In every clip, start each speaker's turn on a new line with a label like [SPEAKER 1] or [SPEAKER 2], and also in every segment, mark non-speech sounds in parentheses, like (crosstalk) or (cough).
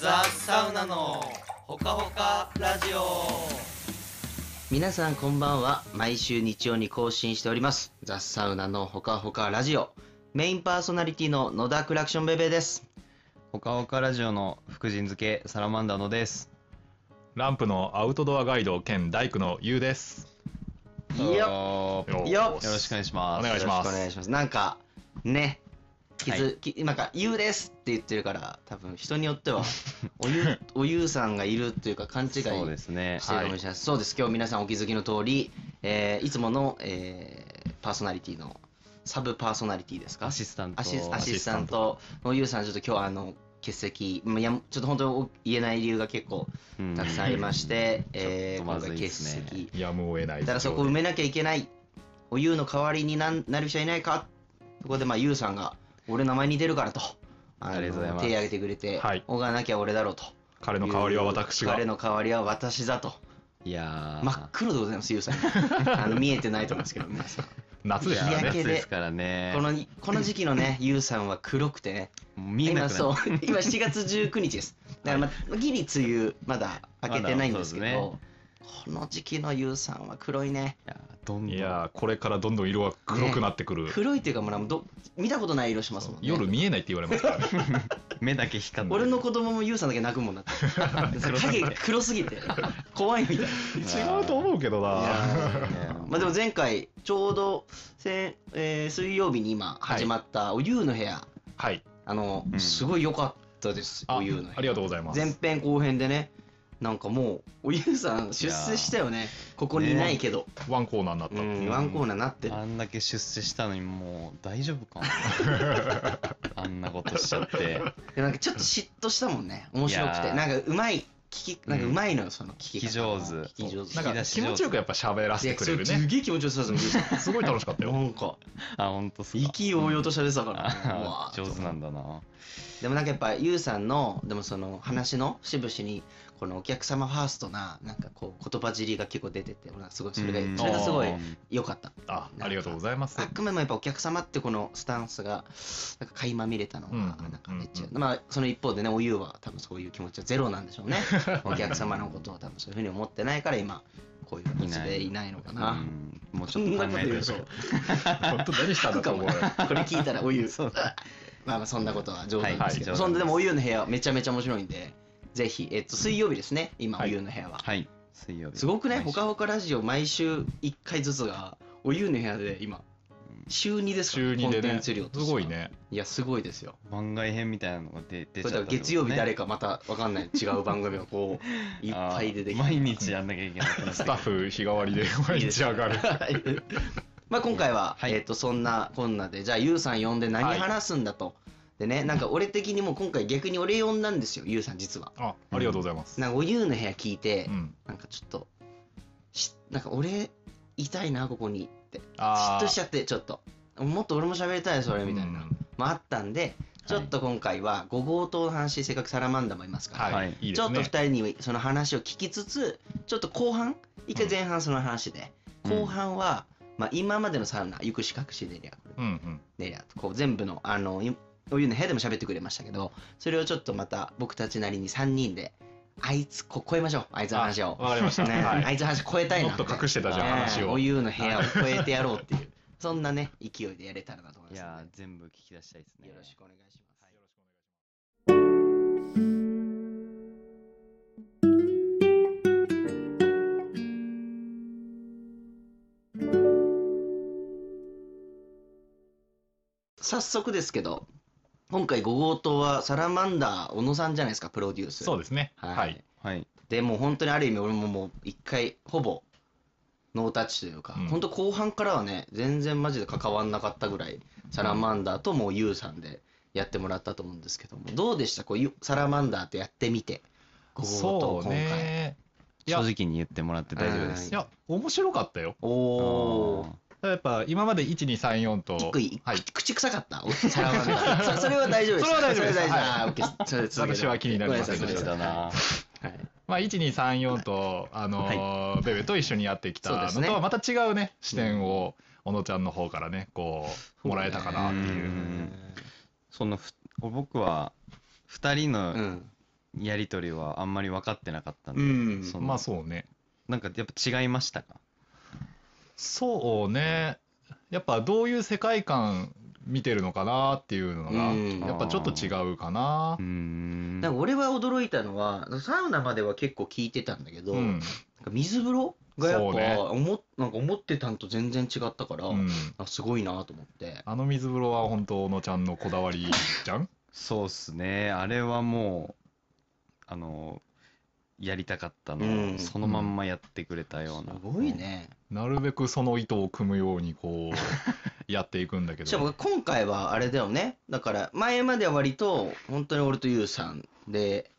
[SPEAKER 1] ザ・サウナのほかほかラジオ
[SPEAKER 2] 皆さんこんばんは。毎週日曜に更新しております。ザ・サウナのほかほかラジオ。メインパーソナリティの野田クラクションベベです。
[SPEAKER 3] ほかほかラジオの福神漬けサラマンダーのです。
[SPEAKER 4] ランプのアウトドアガイド兼大工のゆうです。
[SPEAKER 2] よっよ
[SPEAKER 3] よ
[SPEAKER 4] よ
[SPEAKER 2] よ
[SPEAKER 3] ろしくお願い
[SPEAKER 4] し
[SPEAKER 3] しま
[SPEAKER 4] お
[SPEAKER 3] す。
[SPEAKER 4] 願いします
[SPEAKER 2] ろくお願いします。なんか、ね、気づ、
[SPEAKER 3] は
[SPEAKER 2] きなんか、言うですって言ってるから、多分人によっては、 (laughs) おゆう、おゆうさんがいるっていうか勘違いしてるか
[SPEAKER 3] そう
[SPEAKER 2] も
[SPEAKER 3] ですね。
[SPEAKER 2] しれないです。そうです。今日皆さんお気づきの通り、えーいつもの、えーパーソナリティの、サブパーソナリティですか
[SPEAKER 3] アシスタント。
[SPEAKER 2] アシスアシ
[SPEAKER 4] シ
[SPEAKER 2] ス
[SPEAKER 4] ス
[SPEAKER 2] タ
[SPEAKER 4] タ
[SPEAKER 2] ン
[SPEAKER 4] ン
[SPEAKER 2] トのゆうさん、ちょっと今日はあの欠席、まあいやちょっと本当に言えない理由が結構
[SPEAKER 3] うん
[SPEAKER 2] たくさんありまして、えー
[SPEAKER 3] ちょっと
[SPEAKER 2] 今
[SPEAKER 3] まず
[SPEAKER 2] 回
[SPEAKER 3] い
[SPEAKER 2] 欠
[SPEAKER 3] ですね
[SPEAKER 2] 席。
[SPEAKER 4] やむを得ない
[SPEAKER 2] だからそこ埋めなきゃいけない、おゆうの代わりになんなる人はいないか、そこでまあゆうさんが、俺、名前似てるからと、あの
[SPEAKER 3] ありがとうございます
[SPEAKER 2] 手挙げてくれて、
[SPEAKER 4] はい
[SPEAKER 2] おがなきゃ俺だろうと。
[SPEAKER 4] 彼の代わりは私が
[SPEAKER 2] 彼の代わりは私だと。
[SPEAKER 3] いやー
[SPEAKER 2] 真っ黒でございます、ゆうさ
[SPEAKER 3] (laughs)
[SPEAKER 2] ん。あの見えてないと思うんですけど、皆さん。
[SPEAKER 4] 夏ですから
[SPEAKER 2] 日焼
[SPEAKER 4] ね
[SPEAKER 2] け
[SPEAKER 3] 夏ですからね。
[SPEAKER 2] このこの時期の
[SPEAKER 3] (laughs)
[SPEAKER 2] ね、ゆうさんは黒くてね、
[SPEAKER 3] 見えな
[SPEAKER 2] 今
[SPEAKER 3] くな
[SPEAKER 2] そ
[SPEAKER 3] る
[SPEAKER 2] う今7月19日
[SPEAKER 3] (laughs)
[SPEAKER 2] ですだから、まあ、ギリ梅雨まだ明けてないんですけど
[SPEAKER 3] まだそう
[SPEAKER 2] この時期のゆうさんは黒いね
[SPEAKER 3] いやーどんどん。
[SPEAKER 4] いやーこれからどんどん色が黒くなってくる、
[SPEAKER 2] 黒いっていうかもうなんかど見たことない色しますもんね
[SPEAKER 4] 夜見えないって言われま
[SPEAKER 2] (laughs)
[SPEAKER 4] すからね
[SPEAKER 3] 目だけ光ってる。
[SPEAKER 2] 俺の子供もゆうさんだけ泣くもんなって
[SPEAKER 3] (laughs)
[SPEAKER 2] 影が黒すぎて怖いみたいな
[SPEAKER 4] 違うと思うけど
[SPEAKER 2] い
[SPEAKER 4] な
[SPEAKER 2] やーまあでも前回ちょうど先、えー水曜日に今始まったおゆうの部屋
[SPEAKER 4] はい
[SPEAKER 2] あの、
[SPEAKER 3] うん
[SPEAKER 2] すごい良かったです
[SPEAKER 4] あ
[SPEAKER 2] おゆうの部
[SPEAKER 4] あ
[SPEAKER 2] 屋
[SPEAKER 4] りがとうございます
[SPEAKER 2] 前編後編でねなんかもうおゆうさん出世したよねここにいないけど、
[SPEAKER 4] ワンコーナーになった、
[SPEAKER 2] うん、ワンコーナーなってる
[SPEAKER 3] あんだけ出世したのにもう大丈夫かな。
[SPEAKER 2] (laughs)
[SPEAKER 3] あんなことしちゃって。
[SPEAKER 2] でなんかちょっと嫉妬したもんね面白く
[SPEAKER 3] い
[SPEAKER 2] て
[SPEAKER 3] やー
[SPEAKER 2] なんかうまい聞きなんかうまいのよその
[SPEAKER 3] 聞
[SPEAKER 2] 聞き
[SPEAKER 3] き
[SPEAKER 2] 方
[SPEAKER 3] 上手。
[SPEAKER 2] 聞き上手
[SPEAKER 4] な
[SPEAKER 3] なんん
[SPEAKER 4] か
[SPEAKER 3] か
[SPEAKER 4] 気持ちよくやっぱ喋ら
[SPEAKER 2] い
[SPEAKER 4] せ
[SPEAKER 2] や
[SPEAKER 4] てく
[SPEAKER 2] そ
[SPEAKER 4] れ
[SPEAKER 2] れ
[SPEAKER 4] る
[SPEAKER 2] す
[SPEAKER 4] ね
[SPEAKER 2] げえ気持ちよさそうですよゆうさん
[SPEAKER 4] すごい楽しかったよ
[SPEAKER 2] なんか
[SPEAKER 3] あ、ほんとっすか
[SPEAKER 2] 意気揚々と喋ってたから、ね、うわ
[SPEAKER 3] あ
[SPEAKER 2] ー
[SPEAKER 3] (laughs) ー上手なんだな。
[SPEAKER 2] でもなんかやっぱゆうさんのでもその話の節々にこのお客様ファーストななんかこう言葉尻が結構出てて俺はすごいそれが
[SPEAKER 3] うん
[SPEAKER 2] それがすごい
[SPEAKER 4] あ
[SPEAKER 2] 良かった
[SPEAKER 4] あありがとうございます
[SPEAKER 2] あくまでもやっぱお客様ってこのスタンスがなんか垣間見れたのが
[SPEAKER 4] うんうん
[SPEAKER 2] なんかめっちゃ、まあその一方でねおゆうは多分そういう気持ちはゼロなんでしょうねお客様のことを多分そういうふうに思ってないから今こういう形でいないのかな
[SPEAKER 3] うんもうち
[SPEAKER 2] そ
[SPEAKER 3] ょっ
[SPEAKER 2] んな
[SPEAKER 3] と考
[SPEAKER 2] こと
[SPEAKER 3] えて
[SPEAKER 2] 言
[SPEAKER 3] る
[SPEAKER 2] うと
[SPEAKER 3] ょ。
[SPEAKER 4] 本当何したんだと思うよ
[SPEAKER 2] これ聞いたらおゆう
[SPEAKER 3] そうだ
[SPEAKER 2] まあまあそんなことは冗談ですけど、
[SPEAKER 3] はい
[SPEAKER 2] そんででもおゆうの部屋めちゃめちゃ面白いんでぜひえっと水曜日ですね今お
[SPEAKER 4] はい
[SPEAKER 2] ゆうの部屋は、
[SPEAKER 3] はい。水曜日。
[SPEAKER 2] すごくね
[SPEAKER 3] 毎
[SPEAKER 2] ほ
[SPEAKER 3] 週
[SPEAKER 2] かほかラジオ毎週1回ずつがおゆうの部屋で今週2ですから
[SPEAKER 4] 週
[SPEAKER 2] ね
[SPEAKER 4] 2で
[SPEAKER 2] コンテ
[SPEAKER 4] ね
[SPEAKER 2] ンツ
[SPEAKER 4] す
[SPEAKER 2] 量としては
[SPEAKER 4] ごいね
[SPEAKER 2] いやすごいですよ
[SPEAKER 3] 番外編みたいなのが出出ち
[SPEAKER 2] そ
[SPEAKER 3] ゃ
[SPEAKER 2] れ
[SPEAKER 3] った
[SPEAKER 2] だ
[SPEAKER 3] っ
[SPEAKER 2] から
[SPEAKER 3] てことね、
[SPEAKER 2] 月曜日誰かまたわかんない違う番組をこ
[SPEAKER 3] (laughs)
[SPEAKER 2] ういっぱい出てきて
[SPEAKER 3] あー毎日やんなきゃいけない
[SPEAKER 4] スタッフ日替わりで毎日上がる
[SPEAKER 2] はい (laughs) まあ今回は、
[SPEAKER 3] はい
[SPEAKER 2] えっ、とそんなこんなでじゃあゆうさん呼んで何話すんだと、でねなんか俺的にもう今回逆に俺呼んだんですよゆうさん実は
[SPEAKER 4] あありがとうございます、
[SPEAKER 2] なんかおゆうの部屋聞いて、
[SPEAKER 4] うん、
[SPEAKER 2] なんかちょっとしなんか俺いたいなここにって
[SPEAKER 4] あ
[SPEAKER 2] 嫉
[SPEAKER 4] ー
[SPEAKER 2] 妬しちゃってちょっともっと俺も喋りたいそれみたいな、
[SPEAKER 4] うん
[SPEAKER 2] まああったんでちょっと今回はご強盗の話せっかくサラマンダもいますから、
[SPEAKER 4] はい、、
[SPEAKER 3] はいい
[SPEAKER 4] いで
[SPEAKER 2] ちょ
[SPEAKER 4] す
[SPEAKER 2] っと
[SPEAKER 4] ね
[SPEAKER 2] 2人にその話を聞きつつちょっと後半一回前半その話で、
[SPEAKER 3] うん
[SPEAKER 2] 後半は、まあ、今までのサウナ行くし隠しでりゃこれ
[SPEAKER 4] うんうん
[SPEAKER 2] でりゃこう全部のあのいお湯の部屋でも喋ってくれましたけどそれをちょっとまた僕たちなりに3人であいつこ超えましょうあいつの話を
[SPEAKER 4] あわかりました、
[SPEAKER 2] ね
[SPEAKER 4] はい
[SPEAKER 2] あいつの話超えたい
[SPEAKER 4] (laughs) も
[SPEAKER 2] な
[SPEAKER 4] っと隠してたじゃん
[SPEAKER 2] ね
[SPEAKER 4] 話を
[SPEAKER 2] お湯の部屋を超えてやろうっていうそんなね勢いでやれたらなと思います
[SPEAKER 3] いやー
[SPEAKER 2] の
[SPEAKER 3] 全部聞き出したいです
[SPEAKER 2] で
[SPEAKER 3] ね
[SPEAKER 2] よろしくお願いします、早速ですけど今回ご強盗はサラマンダー小野さんじゃないですかプロデュース
[SPEAKER 4] そうですね
[SPEAKER 2] はい、
[SPEAKER 4] はい
[SPEAKER 3] はい
[SPEAKER 2] でもう本当にある意味俺ももう一回ほぼノータッチというか、
[SPEAKER 4] うん
[SPEAKER 2] 本当後半からはね全然マジで関わんなかったぐらいサラマンダーともう YOU さんでやってもらったと思うんですけどもどうでしたこうゆサラマンダーってやってみてご
[SPEAKER 4] そ
[SPEAKER 2] 強
[SPEAKER 4] う
[SPEAKER 2] 盗今回
[SPEAKER 4] ねい
[SPEAKER 3] 正
[SPEAKER 4] や
[SPEAKER 3] 直に言ってもらって大丈夫です
[SPEAKER 4] いや面白かったよ
[SPEAKER 2] おお
[SPEAKER 4] やっぱ今まで1234と
[SPEAKER 2] 一個いい、
[SPEAKER 4] はい
[SPEAKER 2] 口口臭かったサラマンダ
[SPEAKER 4] (laughs)
[SPEAKER 2] ーそそれは大丈夫です
[SPEAKER 4] それは大丈夫です
[SPEAKER 2] それは
[SPEAKER 4] はい
[SPEAKER 2] 大丈夫あー OK それ続けて
[SPEAKER 4] 私は気になりません
[SPEAKER 2] ごめんなさい
[SPEAKER 3] だな
[SPEAKER 2] ごめんなさいはい
[SPEAKER 4] まあ、1234と、あのーベベと一緒にやってきたの
[SPEAKER 2] そう
[SPEAKER 4] と
[SPEAKER 2] ですね
[SPEAKER 4] はまた違うね視点を小野ちゃんの方からねこうもらえたかなっていう
[SPEAKER 3] うんそのふ僕は2人
[SPEAKER 2] う
[SPEAKER 3] の
[SPEAKER 2] ん
[SPEAKER 3] やりとりはあんまり分かってなかったん
[SPEAKER 2] う
[SPEAKER 3] で、
[SPEAKER 2] ん
[SPEAKER 3] その
[SPEAKER 4] まあそうね。
[SPEAKER 3] なんかやっぱ違いましたか
[SPEAKER 4] そうね。やっぱどういう世界観見てるのかなっていうのが、
[SPEAKER 2] うん
[SPEAKER 4] やっぱちょっと違うかな
[SPEAKER 3] うー。ん
[SPEAKER 2] なんか俺は驚いたのはサウナまでは結構聞いてたんだけど、
[SPEAKER 4] う
[SPEAKER 2] なん
[SPEAKER 4] ん。
[SPEAKER 2] か水風呂がやっ
[SPEAKER 4] そう
[SPEAKER 2] ぱ、
[SPEAKER 4] ね
[SPEAKER 2] 思っなんか思ってたんと全然違ったから、
[SPEAKER 4] うん
[SPEAKER 2] あすごいなと思って
[SPEAKER 4] あの水風呂は本当、小野ちゃんのこだわり
[SPEAKER 2] (laughs)
[SPEAKER 4] じゃん
[SPEAKER 3] そうっすねあれはもうあのやりたかったのを、
[SPEAKER 2] うん
[SPEAKER 3] そのまんまやってくれた
[SPEAKER 2] す
[SPEAKER 3] ような
[SPEAKER 2] ごいね、
[SPEAKER 4] なるべくその糸を組むようにこう、やっていくんだけ
[SPEAKER 2] しか
[SPEAKER 4] ど。
[SPEAKER 2] も今回はあれだよねだから前までは割と本当に俺とユウさんで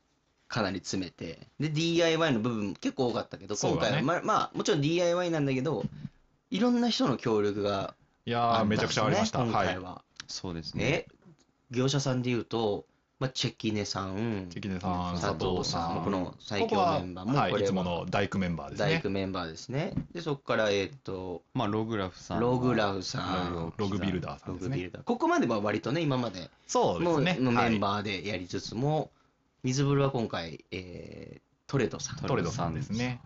[SPEAKER 2] かなり詰めてで DIY の部分結構多かったけど
[SPEAKER 4] そう
[SPEAKER 2] 今
[SPEAKER 4] だね
[SPEAKER 2] 回はま,、まあもちろん DIY なんだけどいろんな人の協力が
[SPEAKER 4] いやー、めちゃくちゃありました。
[SPEAKER 2] 今
[SPEAKER 4] はい
[SPEAKER 2] 回。は、
[SPEAKER 3] そうですね
[SPEAKER 2] え業者さんで言うと、まあ、チェキネさん
[SPEAKER 4] 関根さん、
[SPEAKER 2] 佐藤さん
[SPEAKER 4] 佐
[SPEAKER 2] こ
[SPEAKER 4] 藤
[SPEAKER 2] の最強メンバーも
[SPEAKER 4] ここは
[SPEAKER 2] こ
[SPEAKER 4] はい、い
[SPEAKER 2] れ
[SPEAKER 4] つも
[SPEAKER 2] は
[SPEAKER 4] の大工メンバーです
[SPEAKER 2] 大
[SPEAKER 4] ね
[SPEAKER 2] 工。メンバーですねでそこからえっと
[SPEAKER 3] まあログラフさん
[SPEAKER 2] ログラフさ
[SPEAKER 3] ロ
[SPEAKER 2] ん
[SPEAKER 4] ログビルダーさ
[SPEAKER 2] ロ
[SPEAKER 4] んで
[SPEAKER 2] グ
[SPEAKER 4] す
[SPEAKER 2] ビ
[SPEAKER 4] ね。
[SPEAKER 2] ルダーここまでは割とね今まで
[SPEAKER 4] そうで
[SPEAKER 2] も
[SPEAKER 4] す
[SPEAKER 2] う
[SPEAKER 4] ね。
[SPEAKER 2] の
[SPEAKER 4] は
[SPEAKER 2] メ
[SPEAKER 4] い
[SPEAKER 2] ンバーでやりつつも、水風呂は今回、えートレドさん。
[SPEAKER 4] トレドさんですね。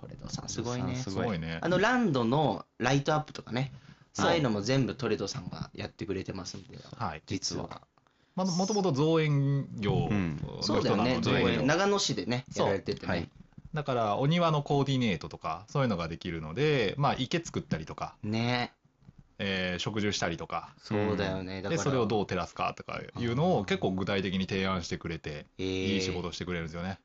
[SPEAKER 2] トレドさん、すごいね。
[SPEAKER 3] す
[SPEAKER 4] す
[SPEAKER 3] ごい
[SPEAKER 4] ごいね
[SPEAKER 2] あ。の、ランドのライトアップとかね、
[SPEAKER 3] そう
[SPEAKER 2] そういうのも全部トレドさんがやってくれてますんで、
[SPEAKER 4] はい。
[SPEAKER 2] 実は。
[SPEAKER 4] まあもともと造園業
[SPEAKER 3] うん
[SPEAKER 4] の
[SPEAKER 2] そう
[SPEAKER 4] 人
[SPEAKER 2] だよ
[SPEAKER 4] な
[SPEAKER 2] ね
[SPEAKER 4] の、
[SPEAKER 3] 造園業
[SPEAKER 4] で、
[SPEAKER 2] 長野市でね、
[SPEAKER 4] そ
[SPEAKER 2] や
[SPEAKER 4] う
[SPEAKER 2] られてて
[SPEAKER 3] は
[SPEAKER 2] ね
[SPEAKER 3] い。
[SPEAKER 4] だからお庭のコーディネートとか、そういうのができるので、まあ池作ったりとか、
[SPEAKER 2] ね
[SPEAKER 4] えー植樹したりとか、
[SPEAKER 2] そうだよね。だか
[SPEAKER 4] で、
[SPEAKER 2] ら、
[SPEAKER 4] それをどう照らすかとかいうのを結構具体的に提案してくれて、
[SPEAKER 2] え
[SPEAKER 4] いい仕
[SPEAKER 2] ー
[SPEAKER 4] 事してくれるんですよね。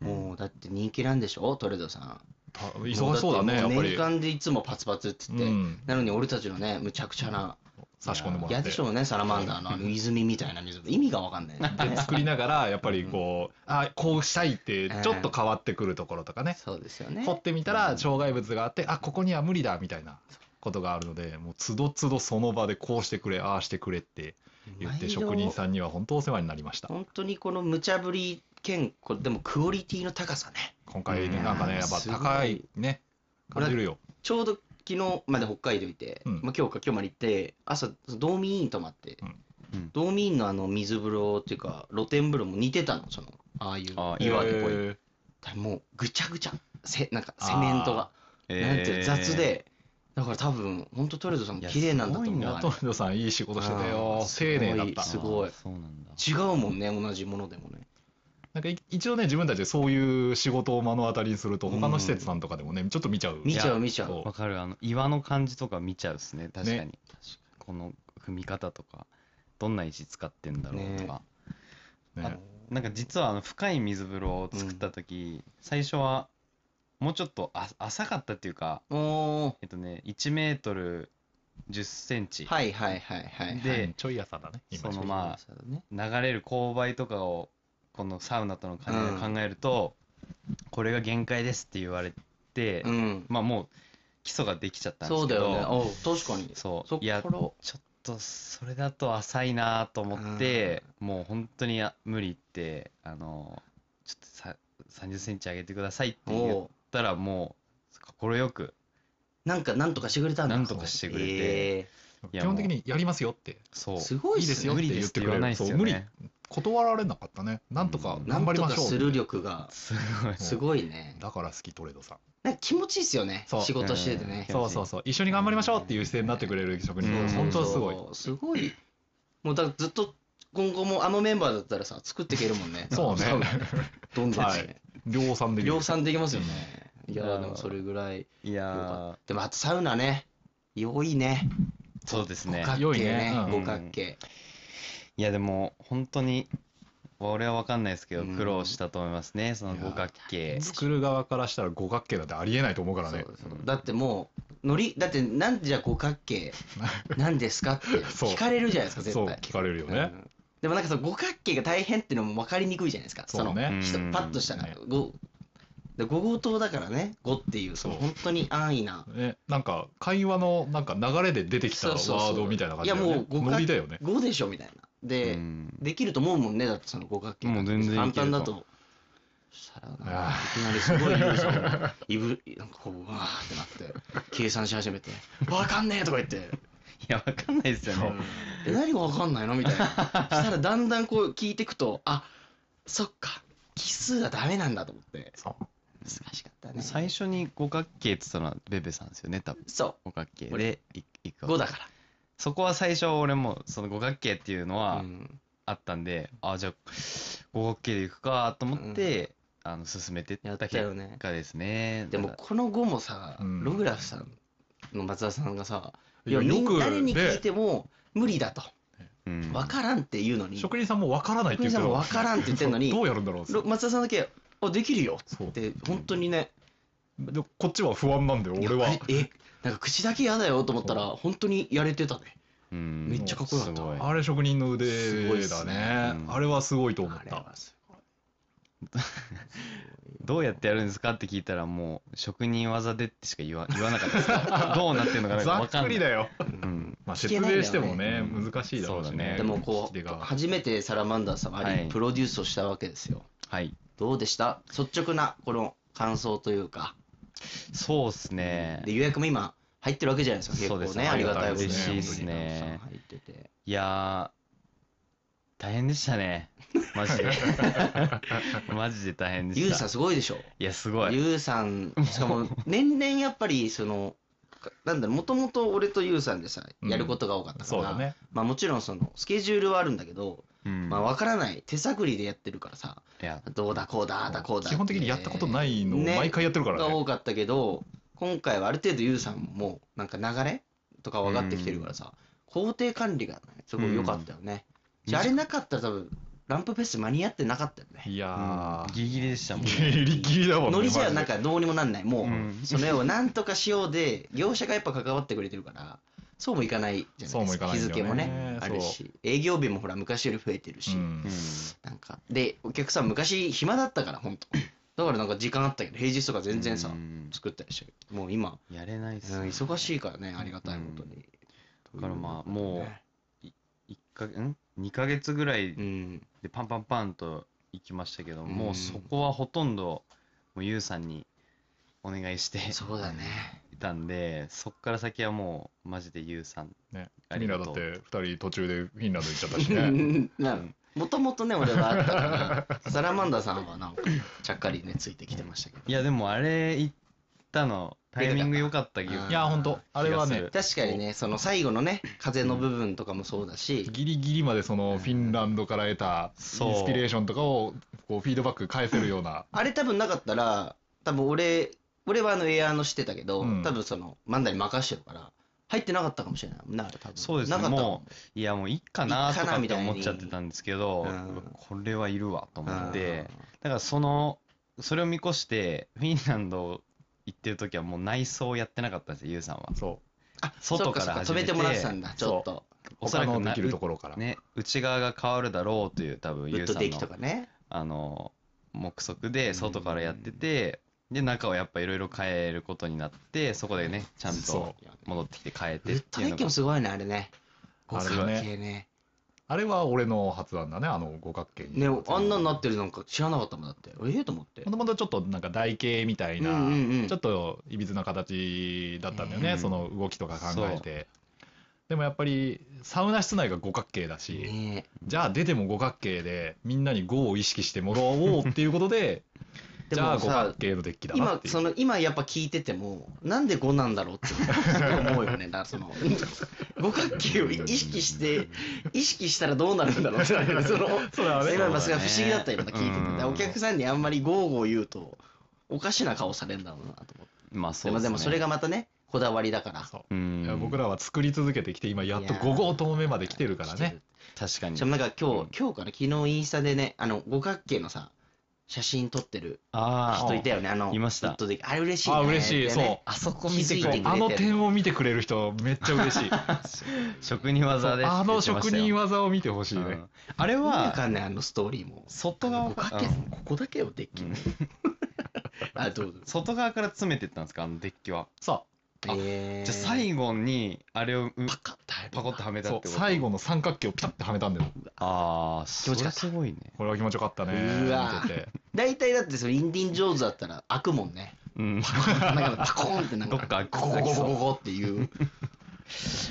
[SPEAKER 2] もう、だって人気なんでしょ、トレドさん。
[SPEAKER 4] た忙しそうだね、や
[SPEAKER 2] も
[SPEAKER 4] っ
[SPEAKER 2] う
[SPEAKER 4] ぱ
[SPEAKER 2] 年
[SPEAKER 4] り。
[SPEAKER 2] 間でいつもパツパツって
[SPEAKER 4] う
[SPEAKER 2] 言って。
[SPEAKER 4] ん。
[SPEAKER 2] なのに俺たちのね、むちゃくちゃな、
[SPEAKER 4] 差し込んでもら
[SPEAKER 2] 嫌
[SPEAKER 4] って
[SPEAKER 2] でし。ょうね、サラマンダーのあの泉みたいな水、意味がわかんないよ
[SPEAKER 4] (laughs) で
[SPEAKER 2] ね。
[SPEAKER 4] 作りながら、やっぱりこう、あ、こうしたいって、ちょっと変わってくるところとかね。
[SPEAKER 2] そうですよね。
[SPEAKER 4] 掘ってみたら障害物があって、あここには無理だみたいなことがあるのでもうつどつどその場でこうしてくれああしてくれって言
[SPEAKER 2] 毎
[SPEAKER 4] って
[SPEAKER 2] 度
[SPEAKER 4] 職人さんには本当お世話になりました
[SPEAKER 2] 本当にこの無茶ぶり兼、これでもクオリティの高さね。
[SPEAKER 4] 今回ねなんかねやっぱ高いね
[SPEAKER 2] すごい
[SPEAKER 4] 感じるよ
[SPEAKER 2] ちょうど昨日まで北海道いて、
[SPEAKER 4] うん
[SPEAKER 2] まあ今日か今日まで行って、朝、ドーミーイン泊まって、
[SPEAKER 3] うん
[SPEAKER 2] ドーミーインのあの水風呂っていうか、露天風呂も似てたの、その、ああいう
[SPEAKER 3] あー
[SPEAKER 2] 岩
[SPEAKER 3] 岩
[SPEAKER 2] で
[SPEAKER 3] 手
[SPEAKER 2] こう
[SPEAKER 3] ぽい
[SPEAKER 2] いう。もうぐちゃぐちゃ、せなんかセメントが、なんていうの雑で、だから多分、本当トレドさんも綺麗なんだと思う
[SPEAKER 3] いや
[SPEAKER 2] あ
[SPEAKER 4] ト
[SPEAKER 2] れ
[SPEAKER 4] レドさんいい仕事してたよ
[SPEAKER 2] あー
[SPEAKER 4] 丁寧だった
[SPEAKER 2] すごい
[SPEAKER 3] あーそうなんだ
[SPEAKER 2] 違うもんね、同じものでもね。
[SPEAKER 4] なんかい一度ね自分たちでそういう仕事を目の当たりにすると他の施設さんとかでもねちょっと見ちゃう
[SPEAKER 2] 見ち
[SPEAKER 4] い
[SPEAKER 2] ゃ
[SPEAKER 4] や
[SPEAKER 2] う見ちゃう。
[SPEAKER 3] わかるあの岩の感じとか見ちゃうっすね確かに、
[SPEAKER 4] ね
[SPEAKER 3] この組み方とかどんな石使ってんだろうとか、
[SPEAKER 4] ね
[SPEAKER 2] あの
[SPEAKER 3] なんか実はあの深い水風呂を作った時、最初はもうちょっとあ浅かったっていうか
[SPEAKER 2] おー
[SPEAKER 3] えっとね1メートル1 0ンチ
[SPEAKER 2] はいはいはいはい。
[SPEAKER 3] で
[SPEAKER 4] うんちょい朝だね
[SPEAKER 3] そのまあ
[SPEAKER 2] そうだね
[SPEAKER 3] 流れる勾配とかをこのサウナとの関係
[SPEAKER 2] うん
[SPEAKER 3] を考えると、これが限界ですって言われて、
[SPEAKER 2] うん。
[SPEAKER 3] まあもう基礎ができちゃったんです
[SPEAKER 2] そう
[SPEAKER 3] け
[SPEAKER 2] だ
[SPEAKER 3] ど
[SPEAKER 2] よね。おう確かに。
[SPEAKER 3] そう
[SPEAKER 2] そっ
[SPEAKER 3] いや
[SPEAKER 2] か
[SPEAKER 3] ち
[SPEAKER 2] ら
[SPEAKER 3] ょっとそれだと浅いなと思ってもう本当にあ無理言ってあのちょっとさ3 0ンチ上げてくださいって言っ
[SPEAKER 2] おう
[SPEAKER 3] たらもう快く
[SPEAKER 2] なんか、なんとかしてくれたんだ。
[SPEAKER 3] なんとかしてくれて
[SPEAKER 2] え
[SPEAKER 3] いや
[SPEAKER 4] 基本的にやりますよって
[SPEAKER 3] そう
[SPEAKER 2] ーすごいっ
[SPEAKER 4] いいですよ
[SPEAKER 3] 無理ですって言わないですよ
[SPEAKER 4] 無理です
[SPEAKER 3] ね
[SPEAKER 4] 断られなかったねなんとか
[SPEAKER 3] うん
[SPEAKER 2] な
[SPEAKER 4] 頑
[SPEAKER 2] ん
[SPEAKER 4] 張り
[SPEAKER 2] と
[SPEAKER 4] ま
[SPEAKER 2] か
[SPEAKER 4] しょう
[SPEAKER 2] する力が、
[SPEAKER 3] すごい
[SPEAKER 2] すごいね。
[SPEAKER 4] だから好きトレードさん
[SPEAKER 2] なんか気持ちいいっすよね。
[SPEAKER 4] そう
[SPEAKER 2] 仕事しててね
[SPEAKER 3] う。ん
[SPEAKER 4] そうそうそう一緒に頑張りましょうっていう姿勢になってくれる職人
[SPEAKER 3] うん
[SPEAKER 4] が本当すごい
[SPEAKER 2] そう。すごい。もう、だからずっと、今後もあのメンバーだったらさ、作っていけるもんね。
[SPEAKER 4] (laughs) そうね
[SPEAKER 2] 多 (laughs) 分どんどん
[SPEAKER 4] は
[SPEAKER 2] ね
[SPEAKER 4] い。量産できる
[SPEAKER 2] 量産できますよね。いや
[SPEAKER 3] いや
[SPEAKER 2] ー、
[SPEAKER 3] ー
[SPEAKER 2] でもそれぐらい。
[SPEAKER 3] い
[SPEAKER 2] 良
[SPEAKER 3] や
[SPEAKER 2] かったでも、あとサウナね。良いね。
[SPEAKER 3] ーそうですね
[SPEAKER 2] 五角
[SPEAKER 4] 良
[SPEAKER 2] 形
[SPEAKER 4] い
[SPEAKER 2] ね
[SPEAKER 4] ね。
[SPEAKER 3] う
[SPEAKER 2] 五
[SPEAKER 3] ん
[SPEAKER 2] 角形。
[SPEAKER 3] いやでも本当に俺は分かんないですけど
[SPEAKER 2] うん
[SPEAKER 3] 苦労したと思いますねその五角形
[SPEAKER 4] 作る側からしたら五角形なんてありえないと思うからね
[SPEAKER 2] そうそうだってもうのりだってなんでじゃあ五角
[SPEAKER 4] (laughs)
[SPEAKER 2] 形なんですかって
[SPEAKER 4] そう
[SPEAKER 2] 聞かれるじゃないですか絶
[SPEAKER 4] そう
[SPEAKER 2] 対
[SPEAKER 4] 聞かれるよ
[SPEAKER 2] う
[SPEAKER 4] ね
[SPEAKER 2] んでもなんかその五角形が大変っていうのも分かりにくいじゃないですか
[SPEAKER 4] そう
[SPEAKER 2] の
[SPEAKER 4] ね
[SPEAKER 2] ひと
[SPEAKER 3] うん
[SPEAKER 2] パッとしたら
[SPEAKER 4] ね
[SPEAKER 2] 五で五号棟だからね五っていうその
[SPEAKER 4] そう
[SPEAKER 2] 本当に安易な
[SPEAKER 4] ねなんか会話のなんか流れで出てきた
[SPEAKER 2] そ
[SPEAKER 4] ワ
[SPEAKER 2] うそうそう
[SPEAKER 4] ードみたいな感じだよ
[SPEAKER 2] いやも
[SPEAKER 4] ね
[SPEAKER 2] う五角
[SPEAKER 4] ノリだよね
[SPEAKER 2] 五でしょみたいなで、
[SPEAKER 3] うん
[SPEAKER 2] できると思うもんねだってその五角形
[SPEAKER 3] もう全然いけると
[SPEAKER 2] 簡単だとしたらなんか
[SPEAKER 4] あ
[SPEAKER 2] いきなりすごいユーザーがいぶなんかこううわーってなって計算し始めて「わかんねえ!」とか言って
[SPEAKER 3] いや分かんないですよね
[SPEAKER 2] え何が分かんないのみたいなしたらだんだんこう聞いてくとあそっか数がダメなんだと思って。
[SPEAKER 4] そう
[SPEAKER 2] 難しかったね。
[SPEAKER 3] 最初に五角形って言ったのはベベさんですよね、多分。
[SPEAKER 2] そ
[SPEAKER 3] 五角形
[SPEAKER 2] 俺
[SPEAKER 3] でいいく
[SPEAKER 2] う、
[SPEAKER 3] わけ
[SPEAKER 2] 5だか
[SPEAKER 3] そこは最初俺もその五角形っていうの
[SPEAKER 2] ら。
[SPEAKER 3] は
[SPEAKER 2] うん
[SPEAKER 3] あったんで、あじゃあ五角形でいくかと思って、あの進めてっ
[SPEAKER 2] やったた
[SPEAKER 3] 結
[SPEAKER 2] よね。
[SPEAKER 3] 果ですね。
[SPEAKER 2] でも
[SPEAKER 3] だか
[SPEAKER 2] この5もさ、
[SPEAKER 4] うん
[SPEAKER 2] ログラフさんの松田さんがさ、い
[SPEAKER 4] い
[SPEAKER 2] や
[SPEAKER 4] やよ
[SPEAKER 2] みん
[SPEAKER 4] く
[SPEAKER 2] 誰に聞い
[SPEAKER 4] で
[SPEAKER 2] ても無理だと。
[SPEAKER 3] らうん
[SPEAKER 2] わからんって言うのに、
[SPEAKER 4] 職人さんもわからないって
[SPEAKER 2] 職
[SPEAKER 4] 言
[SPEAKER 2] 人
[SPEAKER 4] って
[SPEAKER 2] さん
[SPEAKER 4] た
[SPEAKER 2] もわ
[SPEAKER 4] の
[SPEAKER 2] からんって言ってんのに、
[SPEAKER 4] どうやるんだろう
[SPEAKER 2] ろ松田さんだけ、あ、できるよ
[SPEAKER 4] そう
[SPEAKER 2] って、本当にね、
[SPEAKER 4] でこっちは不安なんだよ俺はい
[SPEAKER 2] やえ、えなんか口だけ嫌だよと思ったら、本当にやれてたね。
[SPEAKER 3] うん
[SPEAKER 2] めっちゃかっこよかった
[SPEAKER 3] すごい
[SPEAKER 4] あれ職人の腕
[SPEAKER 2] すごいっす
[SPEAKER 4] だ
[SPEAKER 2] ね
[SPEAKER 4] ね
[SPEAKER 3] うん
[SPEAKER 4] あれはすごいと思っ
[SPEAKER 2] あれ
[SPEAKER 4] た
[SPEAKER 2] はすごい
[SPEAKER 3] どうやってやるんですかって聞いたらもう職人技でってしか言わ言わなかった
[SPEAKER 2] (laughs)
[SPEAKER 3] ですどうなってるのかなんか
[SPEAKER 4] ざ
[SPEAKER 3] わ
[SPEAKER 4] っ
[SPEAKER 3] かん
[SPEAKER 4] く
[SPEAKER 3] ない。
[SPEAKER 4] りだよ
[SPEAKER 3] うん
[SPEAKER 4] まあ
[SPEAKER 2] 聞
[SPEAKER 4] 説
[SPEAKER 2] けないよね
[SPEAKER 4] 明してもね
[SPEAKER 3] うん
[SPEAKER 4] 難しいだろうし
[SPEAKER 3] そうだね
[SPEAKER 4] ね
[SPEAKER 2] でもこ
[SPEAKER 4] 聞き手
[SPEAKER 2] う、
[SPEAKER 4] が
[SPEAKER 2] 初めてサラマンダーさんあ
[SPEAKER 3] はい
[SPEAKER 2] り、プロデュースをしたわけですよ。
[SPEAKER 3] はい。
[SPEAKER 2] どうでした率直な、この感想というか。
[SPEAKER 3] そうっすね
[SPEAKER 2] で、。予約も今、入ってるわけじゃないですか、結
[SPEAKER 3] そうです
[SPEAKER 2] 構ね。ありがたいことで
[SPEAKER 4] 嬉しいっ
[SPEAKER 3] すね
[SPEAKER 2] 本当に入ってて。
[SPEAKER 3] いやー、大変でし
[SPEAKER 2] (laughs)
[SPEAKER 3] たね。マジで。 (laughs) マジで大変で
[SPEAKER 2] ユウ
[SPEAKER 3] し
[SPEAKER 2] さ
[SPEAKER 3] た
[SPEAKER 2] ん。すごいでしょ
[SPEAKER 3] いや、すごい。
[SPEAKER 2] ユウさん、しかも年々やっぱり、その、かなんだろう、もともと俺とユウさんでさ、
[SPEAKER 4] うん
[SPEAKER 2] やることが多かったか
[SPEAKER 4] そうだ
[SPEAKER 2] ら、
[SPEAKER 4] ね
[SPEAKER 2] まあもちろんその、スケジュールはあるんだけど、
[SPEAKER 3] うん
[SPEAKER 2] まあわからない、手探りでやってるからさ、
[SPEAKER 3] いや、
[SPEAKER 2] どうだこうだ、ああだこうだ。
[SPEAKER 4] 基本的にやったことないのを
[SPEAKER 2] ね
[SPEAKER 4] 毎回やってるから
[SPEAKER 2] が
[SPEAKER 4] ね
[SPEAKER 2] 多かったけど、今回はある程度ユウさんももう、なんか流れとか分かってきてるからさ、工程管理がね、すごい良かったよね。
[SPEAKER 3] うん
[SPEAKER 2] じゃああれなかったら多分、ランプフェス間に合ってなかったよね。
[SPEAKER 4] いや
[SPEAKER 3] ギリギリでしたもんね。
[SPEAKER 4] ーギリギリだもんね
[SPEAKER 2] ノリじゃ
[SPEAKER 4] マ
[SPEAKER 2] な
[SPEAKER 4] ジ
[SPEAKER 2] ん
[SPEAKER 4] で
[SPEAKER 2] かどうにもなんない。も
[SPEAKER 3] うん
[SPEAKER 2] う、その絵をなんとかしようで、業者がやっぱ関わってくれてるから、そうもいかないじゃない
[SPEAKER 4] そう
[SPEAKER 2] で
[SPEAKER 4] もい
[SPEAKER 2] す
[SPEAKER 4] か
[SPEAKER 2] か。
[SPEAKER 4] ない
[SPEAKER 2] 日
[SPEAKER 4] んだ
[SPEAKER 2] 付
[SPEAKER 4] よ
[SPEAKER 2] も
[SPEAKER 4] ね
[SPEAKER 2] ね、あるし。営業日もほら、昔より増えてるし
[SPEAKER 4] う。ん
[SPEAKER 2] なんか、で、お客さん昔暇だったから、本当だからなんか時間あったけど、平日とか全然さ
[SPEAKER 3] う、ん
[SPEAKER 2] 作ったりしてる。もう今、
[SPEAKER 3] やれないっす
[SPEAKER 2] うん
[SPEAKER 3] ね。
[SPEAKER 2] 忙しいからね、ありがたいことに。
[SPEAKER 3] だからまあ、
[SPEAKER 2] という
[SPEAKER 3] も
[SPEAKER 2] ね
[SPEAKER 3] う、一か、ん ?2 ヶ月ぐらい
[SPEAKER 2] うん、
[SPEAKER 3] でパンパンパンと行きましたけど、
[SPEAKER 2] うん
[SPEAKER 3] もうそこはほとんど、もうゆうさんにお願いして
[SPEAKER 2] そうだね。
[SPEAKER 3] いたんで、そっから先はもう、マジでゆうさん。
[SPEAKER 4] ね
[SPEAKER 3] あ
[SPEAKER 4] ミ
[SPEAKER 3] り
[SPEAKER 4] ラ
[SPEAKER 3] がと
[SPEAKER 4] だっ
[SPEAKER 3] う
[SPEAKER 4] て2人途中でフィンランド行っちゃったしね
[SPEAKER 2] なんもともとね、俺はあったから、サラマンダさんはなんか、ちゃっかりね、ついてきてましたけど。
[SPEAKER 3] いや、でもあれ行ったの、タイミング良かったけど
[SPEAKER 2] うん
[SPEAKER 4] いや本当あれは
[SPEAKER 3] 気が
[SPEAKER 4] ね
[SPEAKER 3] する
[SPEAKER 2] 確かにね、その最後のね、風の部分とかもそうだし、
[SPEAKER 4] ギリギリまでそのフィンランドから得たインス
[SPEAKER 3] そう
[SPEAKER 4] ピレーションとかをこうフィードバック返せるような
[SPEAKER 2] あれ多分なかったら、多分俺、俺はあのエアーのしてたけど、
[SPEAKER 4] うん
[SPEAKER 2] 多分その、マンダに任してるから、入ってなかったかもしれないもんね、あれ多分。
[SPEAKER 3] そうですね
[SPEAKER 2] なかった
[SPEAKER 3] もいや、もういいかなとかって思っちゃってたんですけど、
[SPEAKER 2] いっかなみたいにうん
[SPEAKER 3] これはいるわと思
[SPEAKER 2] う
[SPEAKER 3] っ
[SPEAKER 2] ん
[SPEAKER 3] て、だからその、それを見越して、フィンランド行ってる時はもう内装をやってなかったんですよ、ユウさんは。
[SPEAKER 4] そ
[SPEAKER 2] あ、
[SPEAKER 3] 外から
[SPEAKER 2] そうかそう止
[SPEAKER 3] 始
[SPEAKER 2] め
[SPEAKER 3] め
[SPEAKER 2] て
[SPEAKER 3] て
[SPEAKER 2] もらってたんだ、ちょっと。
[SPEAKER 4] う
[SPEAKER 3] おそら
[SPEAKER 4] 他
[SPEAKER 3] く
[SPEAKER 4] の
[SPEAKER 3] な
[SPEAKER 4] できるところから、
[SPEAKER 3] ね、内側が変わるだろうという、多分
[SPEAKER 2] ウ
[SPEAKER 3] ユ
[SPEAKER 2] ッ
[SPEAKER 3] ウ
[SPEAKER 2] ド
[SPEAKER 3] さ
[SPEAKER 2] デ
[SPEAKER 3] ん
[SPEAKER 2] ッキと
[SPEAKER 3] の、
[SPEAKER 2] かね。
[SPEAKER 3] あの、目測で外からやってて、で、中をやっぱいろいろ変えることになって、そこでね、ちゃんと
[SPEAKER 4] そ
[SPEAKER 3] 戻ってきて変え
[SPEAKER 2] ウ
[SPEAKER 3] てっ
[SPEAKER 2] ッ
[SPEAKER 3] て
[SPEAKER 2] ド
[SPEAKER 3] い
[SPEAKER 2] デッ
[SPEAKER 3] うの
[SPEAKER 2] キ
[SPEAKER 3] が
[SPEAKER 2] も。すごいね、あれね。五
[SPEAKER 4] あれ
[SPEAKER 2] 角
[SPEAKER 4] はね
[SPEAKER 2] 形ね。
[SPEAKER 4] あれは俺の発案だねあの五角形に
[SPEAKER 2] ね、あんなになってるなんか知らなかったもんだって。ええと思って
[SPEAKER 4] も。ともとちょっとなんか台形みたいな、
[SPEAKER 2] うんうんうん
[SPEAKER 4] ちょっといびつな形だったんだよ
[SPEAKER 3] う
[SPEAKER 4] ね、
[SPEAKER 3] ん
[SPEAKER 4] その動きとか考えてでもやっぱりサウナ室内が五角形だし、
[SPEAKER 2] ね
[SPEAKER 4] じゃあ出ても五角形でみんなに5を意識してもらおうっていうことで
[SPEAKER 2] (laughs) で
[SPEAKER 4] じゃあ
[SPEAKER 2] も
[SPEAKER 4] 五角
[SPEAKER 2] さ、
[SPEAKER 4] 形のデッキだなっ
[SPEAKER 2] 今
[SPEAKER 4] て、いう
[SPEAKER 2] その、今やっぱ聞いてても、なんで5なんだろうって (laughs) 思うよね。だからその、五角形を意識して、意識したらどうなるんだろうって。その、
[SPEAKER 4] そうだね
[SPEAKER 2] 今のすごい不思議だった今聞いてて。
[SPEAKER 3] うん
[SPEAKER 2] だからお客さんにあんまりゴーゴー言うと、おかしな顔されるんだろうなと思って。
[SPEAKER 3] まあそ
[SPEAKER 2] で
[SPEAKER 3] う
[SPEAKER 2] も
[SPEAKER 3] す
[SPEAKER 2] で
[SPEAKER 3] ね。
[SPEAKER 2] もそれがまたね、こだわりだから。
[SPEAKER 4] そ
[SPEAKER 3] う
[SPEAKER 4] う
[SPEAKER 3] ん
[SPEAKER 4] いや僕らは作り続けてきて今やっと5号棟目まで来てるからね
[SPEAKER 3] 確かに
[SPEAKER 2] しか。もなんか今
[SPEAKER 3] うん
[SPEAKER 2] 日、今日から昨日インスタでね、あの、五角形のさ、写真撮ってる
[SPEAKER 3] あ
[SPEAKER 2] 人
[SPEAKER 3] あ
[SPEAKER 2] いたよね。あの、
[SPEAKER 3] いまし
[SPEAKER 2] ウ
[SPEAKER 3] た
[SPEAKER 2] ッドデッキあれ嬉しいね。
[SPEAKER 4] あ嬉しい
[SPEAKER 2] ってね
[SPEAKER 4] そう
[SPEAKER 3] あそこ
[SPEAKER 2] 見
[SPEAKER 3] 見
[SPEAKER 2] て
[SPEAKER 3] て
[SPEAKER 2] く
[SPEAKER 3] く
[SPEAKER 2] れ
[SPEAKER 3] れ
[SPEAKER 2] て
[SPEAKER 3] て
[SPEAKER 2] る
[SPEAKER 4] あの点を見てくれる人めっちゃ嬉しい
[SPEAKER 3] 職人
[SPEAKER 4] そ
[SPEAKER 3] 技
[SPEAKER 4] う
[SPEAKER 3] です
[SPEAKER 4] あの職人
[SPEAKER 3] は
[SPEAKER 4] 技を見てほしいね、
[SPEAKER 3] あれ
[SPEAKER 2] 意味わ
[SPEAKER 3] は
[SPEAKER 2] かんない、あのストーリーも。
[SPEAKER 3] 外側
[SPEAKER 2] 五角形、ここだけよ、デッキ
[SPEAKER 3] うん。
[SPEAKER 2] あ、どうぞ。
[SPEAKER 3] 外側から詰めてったんですかあのデッキは
[SPEAKER 4] そ
[SPEAKER 3] あ
[SPEAKER 2] えー
[SPEAKER 3] じゃあ最後にあれをう
[SPEAKER 2] パカッて入る
[SPEAKER 3] パコッとはめ
[SPEAKER 4] う
[SPEAKER 3] たって
[SPEAKER 4] そ
[SPEAKER 3] こと
[SPEAKER 4] う最後の三角形をピタッてはめたんだよ
[SPEAKER 3] ああ
[SPEAKER 2] 気持ちよかった
[SPEAKER 3] すごいね
[SPEAKER 4] これは気持ちよかったね
[SPEAKER 2] うわ
[SPEAKER 4] 見てて
[SPEAKER 2] 大体だって、そのインディン・ジョーンズだったら開くもんね。
[SPEAKER 3] う
[SPEAKER 2] な
[SPEAKER 3] ん
[SPEAKER 2] んかパコーンってなん
[SPEAKER 3] どっか
[SPEAKER 2] か
[SPEAKER 3] 開、く
[SPEAKER 2] ゴゴゴゴゴゴゴっていう。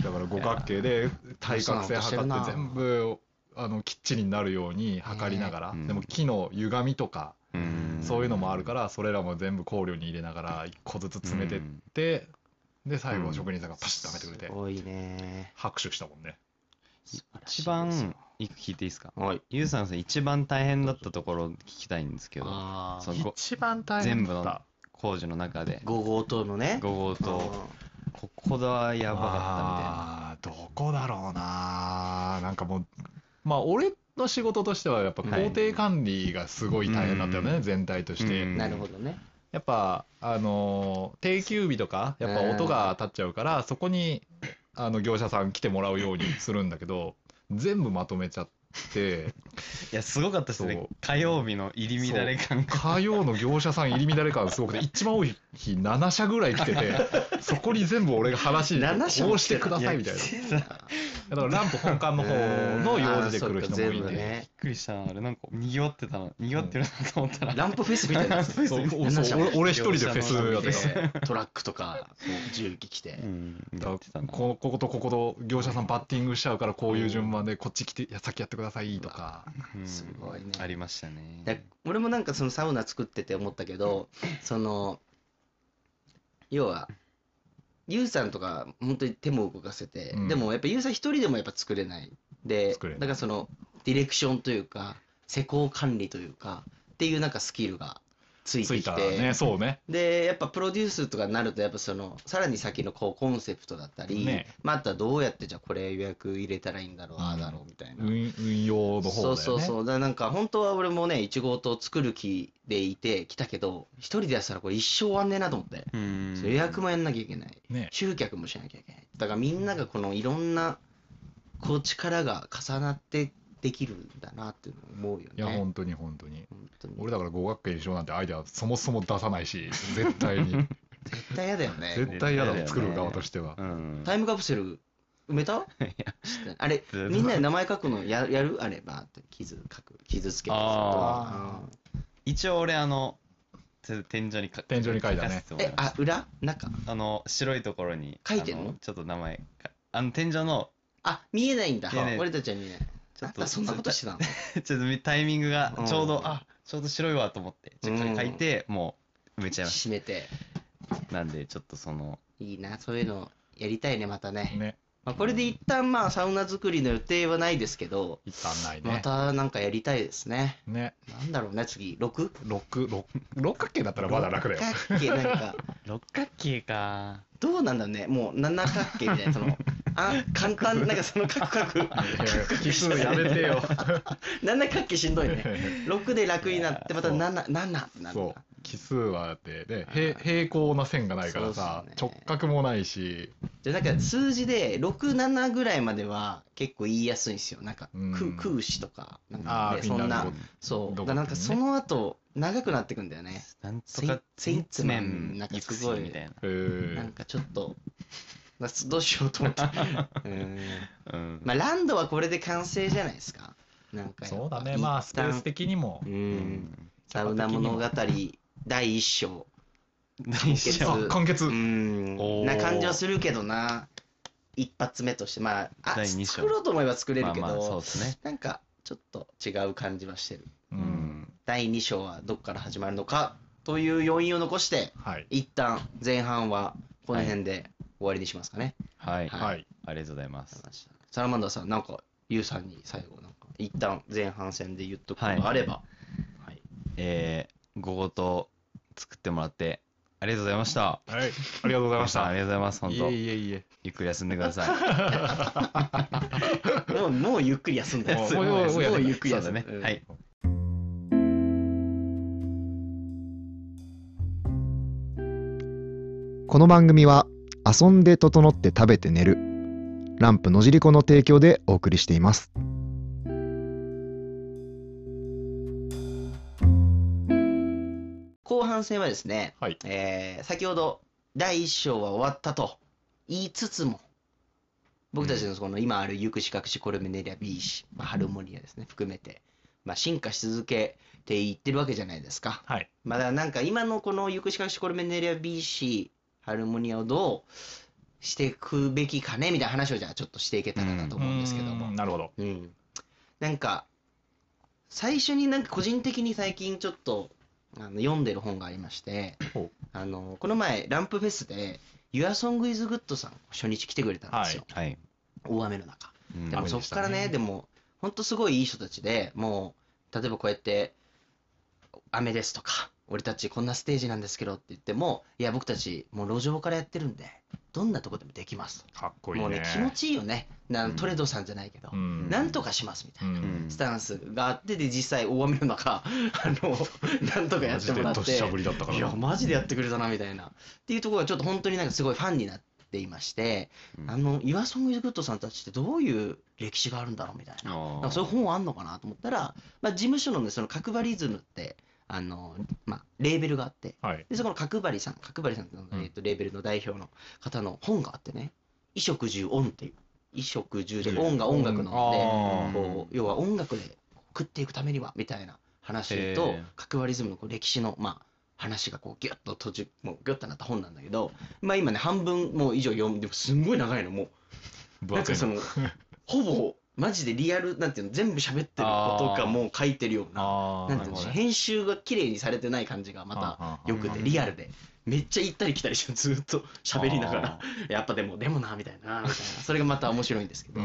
[SPEAKER 4] だから五角形で対角線測って全部あのきっちりになるように測りながら、
[SPEAKER 3] ね
[SPEAKER 4] でも木の歪みとか、
[SPEAKER 3] うん
[SPEAKER 4] (laughs) そういうのもあるからそれらも全部考慮に入れながら一個ずつ詰めてって、で最後職人さんがパシッとはめてくれて、
[SPEAKER 2] すごいね。
[SPEAKER 4] 拍手したもんね
[SPEAKER 2] 素
[SPEAKER 3] 一
[SPEAKER 2] 晴らしい
[SPEAKER 3] 番
[SPEAKER 2] で、
[SPEAKER 3] 一個聞いていいですか
[SPEAKER 2] すよ。はい。
[SPEAKER 3] ゆうさんさん一番大変だったところ聞きたいんですけど、
[SPEAKER 2] あ
[SPEAKER 3] そ
[SPEAKER 2] あ。
[SPEAKER 3] のご
[SPEAKER 4] 一番大
[SPEAKER 3] 全
[SPEAKER 4] 変
[SPEAKER 3] 部
[SPEAKER 4] だっ
[SPEAKER 3] の
[SPEAKER 4] た
[SPEAKER 3] 工事の中で、
[SPEAKER 2] 5号棟のね。
[SPEAKER 3] 5号と、ここだはやばか
[SPEAKER 4] あーどこだろうななんかもうまあ俺の仕事としてはやっぱ
[SPEAKER 3] はい
[SPEAKER 4] 工程管理がすごい大変だったよね、
[SPEAKER 3] うん
[SPEAKER 4] 全体として、
[SPEAKER 3] うん
[SPEAKER 2] なるほどね。
[SPEAKER 4] やっぱあのー定休日とかやっぱ音が立っちゃうからそこにあの業者さん来てもらうようにするんだけど全部まとめちゃって
[SPEAKER 3] みたいな。いや、すごかったです
[SPEAKER 4] そ
[SPEAKER 3] ね
[SPEAKER 4] う。
[SPEAKER 3] 火曜日の入り乱れ感が。
[SPEAKER 4] 火曜の業者さん入り乱れ感すごくて一番多い日7社ぐらい来ててそこに全部俺が話に
[SPEAKER 2] 7社
[SPEAKER 4] こうしてくださいみたい
[SPEAKER 2] な。
[SPEAKER 4] なだからランプ本館の方の用事で来る人もい
[SPEAKER 2] あーそうか全部
[SPEAKER 4] て。
[SPEAKER 2] ね
[SPEAKER 3] びっくりしたな、あれ、なんか、賑わってたな、賑わってるなと思ったら、
[SPEAKER 2] ランプフェスみたいな。
[SPEAKER 3] そうです
[SPEAKER 4] そう
[SPEAKER 3] ね
[SPEAKER 4] そうそう俺俺一人でフェスやってた
[SPEAKER 2] トラックとか、こう重機来て
[SPEAKER 3] う。ん、
[SPEAKER 4] だ
[SPEAKER 3] やってたな。
[SPEAKER 4] ここことここと業者さんバッティングしちゃうからこういう順番でこっち来ていや先やってくださいとか
[SPEAKER 3] うん
[SPEAKER 2] すごいね
[SPEAKER 3] ありましたね。
[SPEAKER 2] だ俺もなんかそのサウナ作ってて思ったけど、その、要は、ゆうさんとか本当に手も動かせて、
[SPEAKER 4] うん
[SPEAKER 2] でもやっぱゆうさん一人でもやっぱ作れない。で、
[SPEAKER 4] 作れない
[SPEAKER 2] だからそのディレクションというか、施工管理というか、っていうなんかスキルがつい
[SPEAKER 4] つ
[SPEAKER 2] て
[SPEAKER 4] い
[SPEAKER 2] き
[SPEAKER 4] た
[SPEAKER 2] て、
[SPEAKER 4] ねそうね
[SPEAKER 2] で、やっぱプロデュースとかになると、やっぱその、さらに先のこうコンセプトだったり、
[SPEAKER 4] ね
[SPEAKER 2] またどうやってじゃあこれ予約入れたらいいんだろう、
[SPEAKER 4] うん
[SPEAKER 2] ああだろうみたいな。
[SPEAKER 4] 運運用の方だよ
[SPEAKER 2] そう
[SPEAKER 4] ね
[SPEAKER 2] そうそう。だからなんか本当は俺もね、1号棟作る気でいて来たけど、一人でやってたらこれ一生終わんねえなと思って。
[SPEAKER 3] うん
[SPEAKER 2] 予約もやんなきゃいけない。
[SPEAKER 4] ね
[SPEAKER 2] 集客もしなきゃいけない。だからみんながこのいろんな、こう力が重なってできるんだなっていうのを思うよね。
[SPEAKER 4] いや本当に本当に
[SPEAKER 2] 本当に。
[SPEAKER 4] 俺だから語学研修なんてアイデアそもそも出さないし絶対
[SPEAKER 2] (laughs)
[SPEAKER 4] に
[SPEAKER 2] 絶対嫌だよね。
[SPEAKER 4] 絶対嫌だもん
[SPEAKER 3] 絶
[SPEAKER 4] 作
[SPEAKER 3] 対嫌だよね
[SPEAKER 4] る側としては
[SPEAKER 3] うん。
[SPEAKER 2] タイムカプセル埋めたあれ、
[SPEAKER 3] 然
[SPEAKER 2] みんなで名前書くのややるあれば、バーって傷書く、傷つけてさ
[SPEAKER 3] あ一応俺、あの、て天井にか
[SPEAKER 4] 天井に書いたね
[SPEAKER 3] かせて
[SPEAKER 2] うん
[SPEAKER 3] もら
[SPEAKER 2] え
[SPEAKER 3] い、ま
[SPEAKER 2] あ、裏中
[SPEAKER 3] すあの、白いところに、
[SPEAKER 2] 書いてんの
[SPEAKER 3] あちょっと名前か、あの、天井の、 (laughs)
[SPEAKER 2] あ、見えないんだ
[SPEAKER 3] 見えない。
[SPEAKER 2] 俺たちは見えない。
[SPEAKER 3] ちょっ
[SPEAKER 2] あ
[SPEAKER 3] と、
[SPEAKER 2] そんなことしてたの
[SPEAKER 3] ちょっとタイミングがちょう
[SPEAKER 2] うん
[SPEAKER 3] どあちょうど白いわと思ってしっかり書いてもう埋めちゃいまし
[SPEAKER 2] (laughs) 閉めて。
[SPEAKER 3] たなんでちょっとその
[SPEAKER 2] いいな、そういうのやりたいね、またね。
[SPEAKER 4] ね
[SPEAKER 2] まあ、これで一旦まあ、サウナ作りの予定はないですけど、
[SPEAKER 4] 一旦ない
[SPEAKER 2] ま
[SPEAKER 4] ね
[SPEAKER 2] たなんかやりたいですね。
[SPEAKER 4] ね
[SPEAKER 2] なんだろうね、次、6?
[SPEAKER 4] 六六六角形だったらまだ楽だよ
[SPEAKER 2] 六角形なんか、
[SPEAKER 3] 六角形か
[SPEAKER 2] どうなんだろうね、もう七角形みたいな、
[SPEAKER 4] (laughs)
[SPEAKER 2] その、あ簡単、なんかそのカクカク。
[SPEAKER 4] 奇数やめてよ
[SPEAKER 2] 7角形しんどい
[SPEAKER 4] (laughs)
[SPEAKER 2] ね。6で楽になって、また
[SPEAKER 4] そう
[SPEAKER 2] 7、7って (laughs) なる
[SPEAKER 4] そ
[SPEAKER 2] ん
[SPEAKER 4] う
[SPEAKER 2] だ。
[SPEAKER 4] 奇数はだってね平平行な線がないからさ
[SPEAKER 2] そうっすね
[SPEAKER 4] 直角もないし
[SPEAKER 2] じゃあなんか数字で6、7ぐらいまでは結構言いやすいんですよ。なんか、
[SPEAKER 4] うん
[SPEAKER 2] く空詞とか、なん
[SPEAKER 4] あ
[SPEAKER 2] かね、
[SPEAKER 4] ー
[SPEAKER 2] そん
[SPEAKER 4] フィンランド
[SPEAKER 2] な
[SPEAKER 4] 語、
[SPEAKER 2] そう。
[SPEAKER 4] ど
[SPEAKER 2] だ
[SPEAKER 4] こ
[SPEAKER 2] からなんか
[SPEAKER 4] ってい
[SPEAKER 2] そう
[SPEAKER 4] ね
[SPEAKER 2] の後、長くなってくんだよね。
[SPEAKER 3] なんとか
[SPEAKER 2] セイセイツマン
[SPEAKER 3] い
[SPEAKER 2] なんか
[SPEAKER 3] く
[SPEAKER 2] す
[SPEAKER 3] つ
[SPEAKER 2] ごい
[SPEAKER 3] みたいな
[SPEAKER 4] えー
[SPEAKER 2] なんかちょっと、などうしようと思
[SPEAKER 4] (laughs)
[SPEAKER 2] って。うん
[SPEAKER 3] うん
[SPEAKER 2] まあ、ランドはこれで完成じゃないですか。なんかやっぱ
[SPEAKER 4] そうだねまあ
[SPEAKER 2] 一
[SPEAKER 4] スペー
[SPEAKER 2] 旦
[SPEAKER 4] ス的にも
[SPEAKER 2] う。
[SPEAKER 3] うんん
[SPEAKER 2] サウナ物語第一章。
[SPEAKER 3] 大
[SPEAKER 2] 結
[SPEAKER 3] 丈
[SPEAKER 4] あ完結
[SPEAKER 2] う
[SPEAKER 3] お
[SPEAKER 2] ん
[SPEAKER 3] ー
[SPEAKER 2] な感じはするけどな一発目としてまああ
[SPEAKER 3] 第二章
[SPEAKER 2] 作ろうと思えば作れ
[SPEAKER 3] 夫ま
[SPEAKER 2] るけ
[SPEAKER 3] あ
[SPEAKER 2] ど、
[SPEAKER 3] まあそうですね
[SPEAKER 2] なんかちょっと違う感じはしてる
[SPEAKER 4] う
[SPEAKER 3] うんん
[SPEAKER 2] 第2章はどっから始まるのかという要因を残して
[SPEAKER 4] はい
[SPEAKER 2] 一旦前半はこの辺で終わりにしますかね、
[SPEAKER 3] はい
[SPEAKER 2] は
[SPEAKER 4] はい
[SPEAKER 3] ありがとうございます
[SPEAKER 2] サラマンダーさんなんかユウさんに最後なんか一旦前半戦で言っとくことがあれば、はい
[SPEAKER 3] えーごごと作ってもらってありがとうございました
[SPEAKER 4] はいありがとうございま
[SPEAKER 3] 皆
[SPEAKER 4] し
[SPEAKER 3] さんあ
[SPEAKER 4] た
[SPEAKER 3] りがとうございます本
[SPEAKER 4] い
[SPEAKER 3] 当
[SPEAKER 4] えいえいえ
[SPEAKER 3] ゆっくり休んでください
[SPEAKER 2] もうもうゆっくり休んで
[SPEAKER 4] もう
[SPEAKER 2] もう
[SPEAKER 4] もうもうやめ
[SPEAKER 2] ゆっくり
[SPEAKER 3] そう
[SPEAKER 2] 休
[SPEAKER 3] だ
[SPEAKER 2] んで
[SPEAKER 3] ねはい
[SPEAKER 5] この番組は遊んで整って食べて寝るランプのじりこの提供でお送りしています
[SPEAKER 2] 後半戦はですね、
[SPEAKER 4] はい
[SPEAKER 2] えー先ほど第1章は終わったと言いつつも僕たちのこの今ある行く視覚視コルメネリア B 氏、まあ、ハルモニアですね含めて、まあ、進化し続けていってるわけじゃないですか。
[SPEAKER 4] はい
[SPEAKER 2] まあだからなんか今のこの行く視覚視コルメネリア B 氏ハルモニアをどうしていくべきかねみたいな話をじゃあちょっとしていけたらなと思うんですけども。
[SPEAKER 4] なるほど
[SPEAKER 2] うんなんか、最初になんか個人的に最近ちょっとあの読んでる本がありまして
[SPEAKER 4] ほう、
[SPEAKER 2] あの、この前、ランプフェスで、Your Song is Good さん、初日来てくれたんですよ。 (laughs)
[SPEAKER 3] はい。
[SPEAKER 2] 大雨の中。
[SPEAKER 3] うん
[SPEAKER 2] でも
[SPEAKER 4] 雨
[SPEAKER 2] そ
[SPEAKER 4] で
[SPEAKER 2] っ
[SPEAKER 4] した
[SPEAKER 2] からね、
[SPEAKER 4] ね
[SPEAKER 2] でも、本当すごいいい人たちで、もう、例えばこうやって、雨ですとか、俺たちこんなステージなんですけどって言っても、いや、僕たち、もう路上からやってるんで、どんなとこでもできます
[SPEAKER 4] かっ
[SPEAKER 2] と。
[SPEAKER 4] こいいね。
[SPEAKER 2] もうね、気持ちいいよね。な
[SPEAKER 3] うん
[SPEAKER 2] トレドさんじゃないけど
[SPEAKER 4] う、ん。
[SPEAKER 2] なんとかしますみた
[SPEAKER 4] う
[SPEAKER 2] いな。
[SPEAKER 3] うん
[SPEAKER 4] ん。
[SPEAKER 2] スタンスがあって、で、実際大雨の中、 (laughs) あの、
[SPEAKER 4] (laughs)
[SPEAKER 2] なんとかやってもらっ
[SPEAKER 4] マジでどしてゃ、ぶりだったから。
[SPEAKER 2] いや、マジでやってくれたな、みたいな。っていうところがちょっと本当になんかすごいファンになっていまして、
[SPEAKER 3] うん
[SPEAKER 2] あの、岩ソングイズグッドさんたちってどういう歴史があるんだろうみたいな。なんかそういう本あんのかなと思ったら、まあ、事務所のね、その角張りズムって、あの、まあ、レーベルがあって、
[SPEAKER 4] はい。
[SPEAKER 2] で、そこの角張りさん、角張りさんっていうのが
[SPEAKER 4] うん
[SPEAKER 2] えっと、レーベルの代表の方の本があってね、衣食住音っていう。衣食住で、音が音楽なので、
[SPEAKER 3] あー
[SPEAKER 2] こう要は音楽で食っていくためにはみたいな話
[SPEAKER 3] へ
[SPEAKER 2] と
[SPEAKER 3] ー
[SPEAKER 2] 角割りズムのこう歴史のまあ話がこうギュッと途中もうギュッとなった本なんだけどまあ今ね半分もう以上読んでもすんごい長いのもう
[SPEAKER 4] 分
[SPEAKER 2] なん
[SPEAKER 4] 厚
[SPEAKER 2] か
[SPEAKER 4] い
[SPEAKER 2] そ
[SPEAKER 4] の。
[SPEAKER 2] のほぼマジでリアルなんていうの全部喋ってることがもう書いてるような
[SPEAKER 4] ああ、
[SPEAKER 2] なんていうの編集が綺麗にされてない感じがまた
[SPEAKER 4] ま
[SPEAKER 2] よくてリアルでめっちゃ行ったり来たりしてずっと喋りながらやっぱでもでもなみたいなみたいなそれがまた面白いんですけど。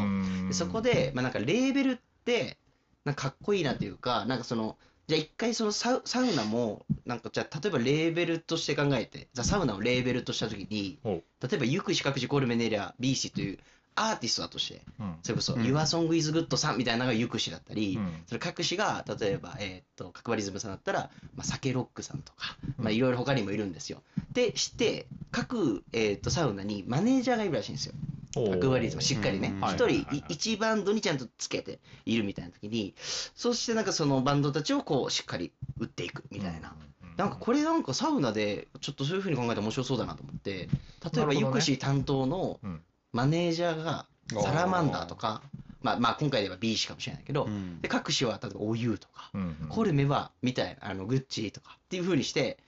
[SPEAKER 2] でそこ
[SPEAKER 4] で、
[SPEAKER 2] で、まあ、なんかレーベルってなんかかっこいいなというかなんかそのじゃあ一回そのサウサウナもなんかじゃあ例えばレーベルとして考えてじゃあサウナをレーベルとした時に
[SPEAKER 4] ほ
[SPEAKER 2] 例えばユクシカクシコルメネリア B 氏というアーティストだとして
[SPEAKER 4] うん
[SPEAKER 2] それこそ
[SPEAKER 3] うん
[SPEAKER 2] YourSongIsGood さんみたいなのがユクシだったり、
[SPEAKER 4] うん
[SPEAKER 2] それ各氏が例えば、えーっと角張りズムさんだったら、まあ、酒ロックさんとか、まあ、
[SPEAKER 4] うん
[SPEAKER 2] いろいろ他にもいるんですよ。でして各、えーっとサウナにマネージャーがいるらしいんですよ。アクアリズムしっかりね
[SPEAKER 3] うん
[SPEAKER 2] 一人
[SPEAKER 4] はい
[SPEAKER 2] い一バンドにちゃんとつけているみたいな時にそしてなんかそのバンドたちをこうしっかり売っていくみたいな。。なんかこれなんかサウナでちょっとそういうふうに考えたら面白そうだなと思って例えば
[SPEAKER 4] なるほどね
[SPEAKER 2] ユクシー担当の
[SPEAKER 4] うん
[SPEAKER 2] マネージャーがサラマンダーとかまあまあ今回では B 氏かもしれないけど
[SPEAKER 3] うん
[SPEAKER 2] で各種は例えば OU とか
[SPEAKER 4] れ、うんうん
[SPEAKER 2] コルメはみたいなあのグッチとかっていう風にして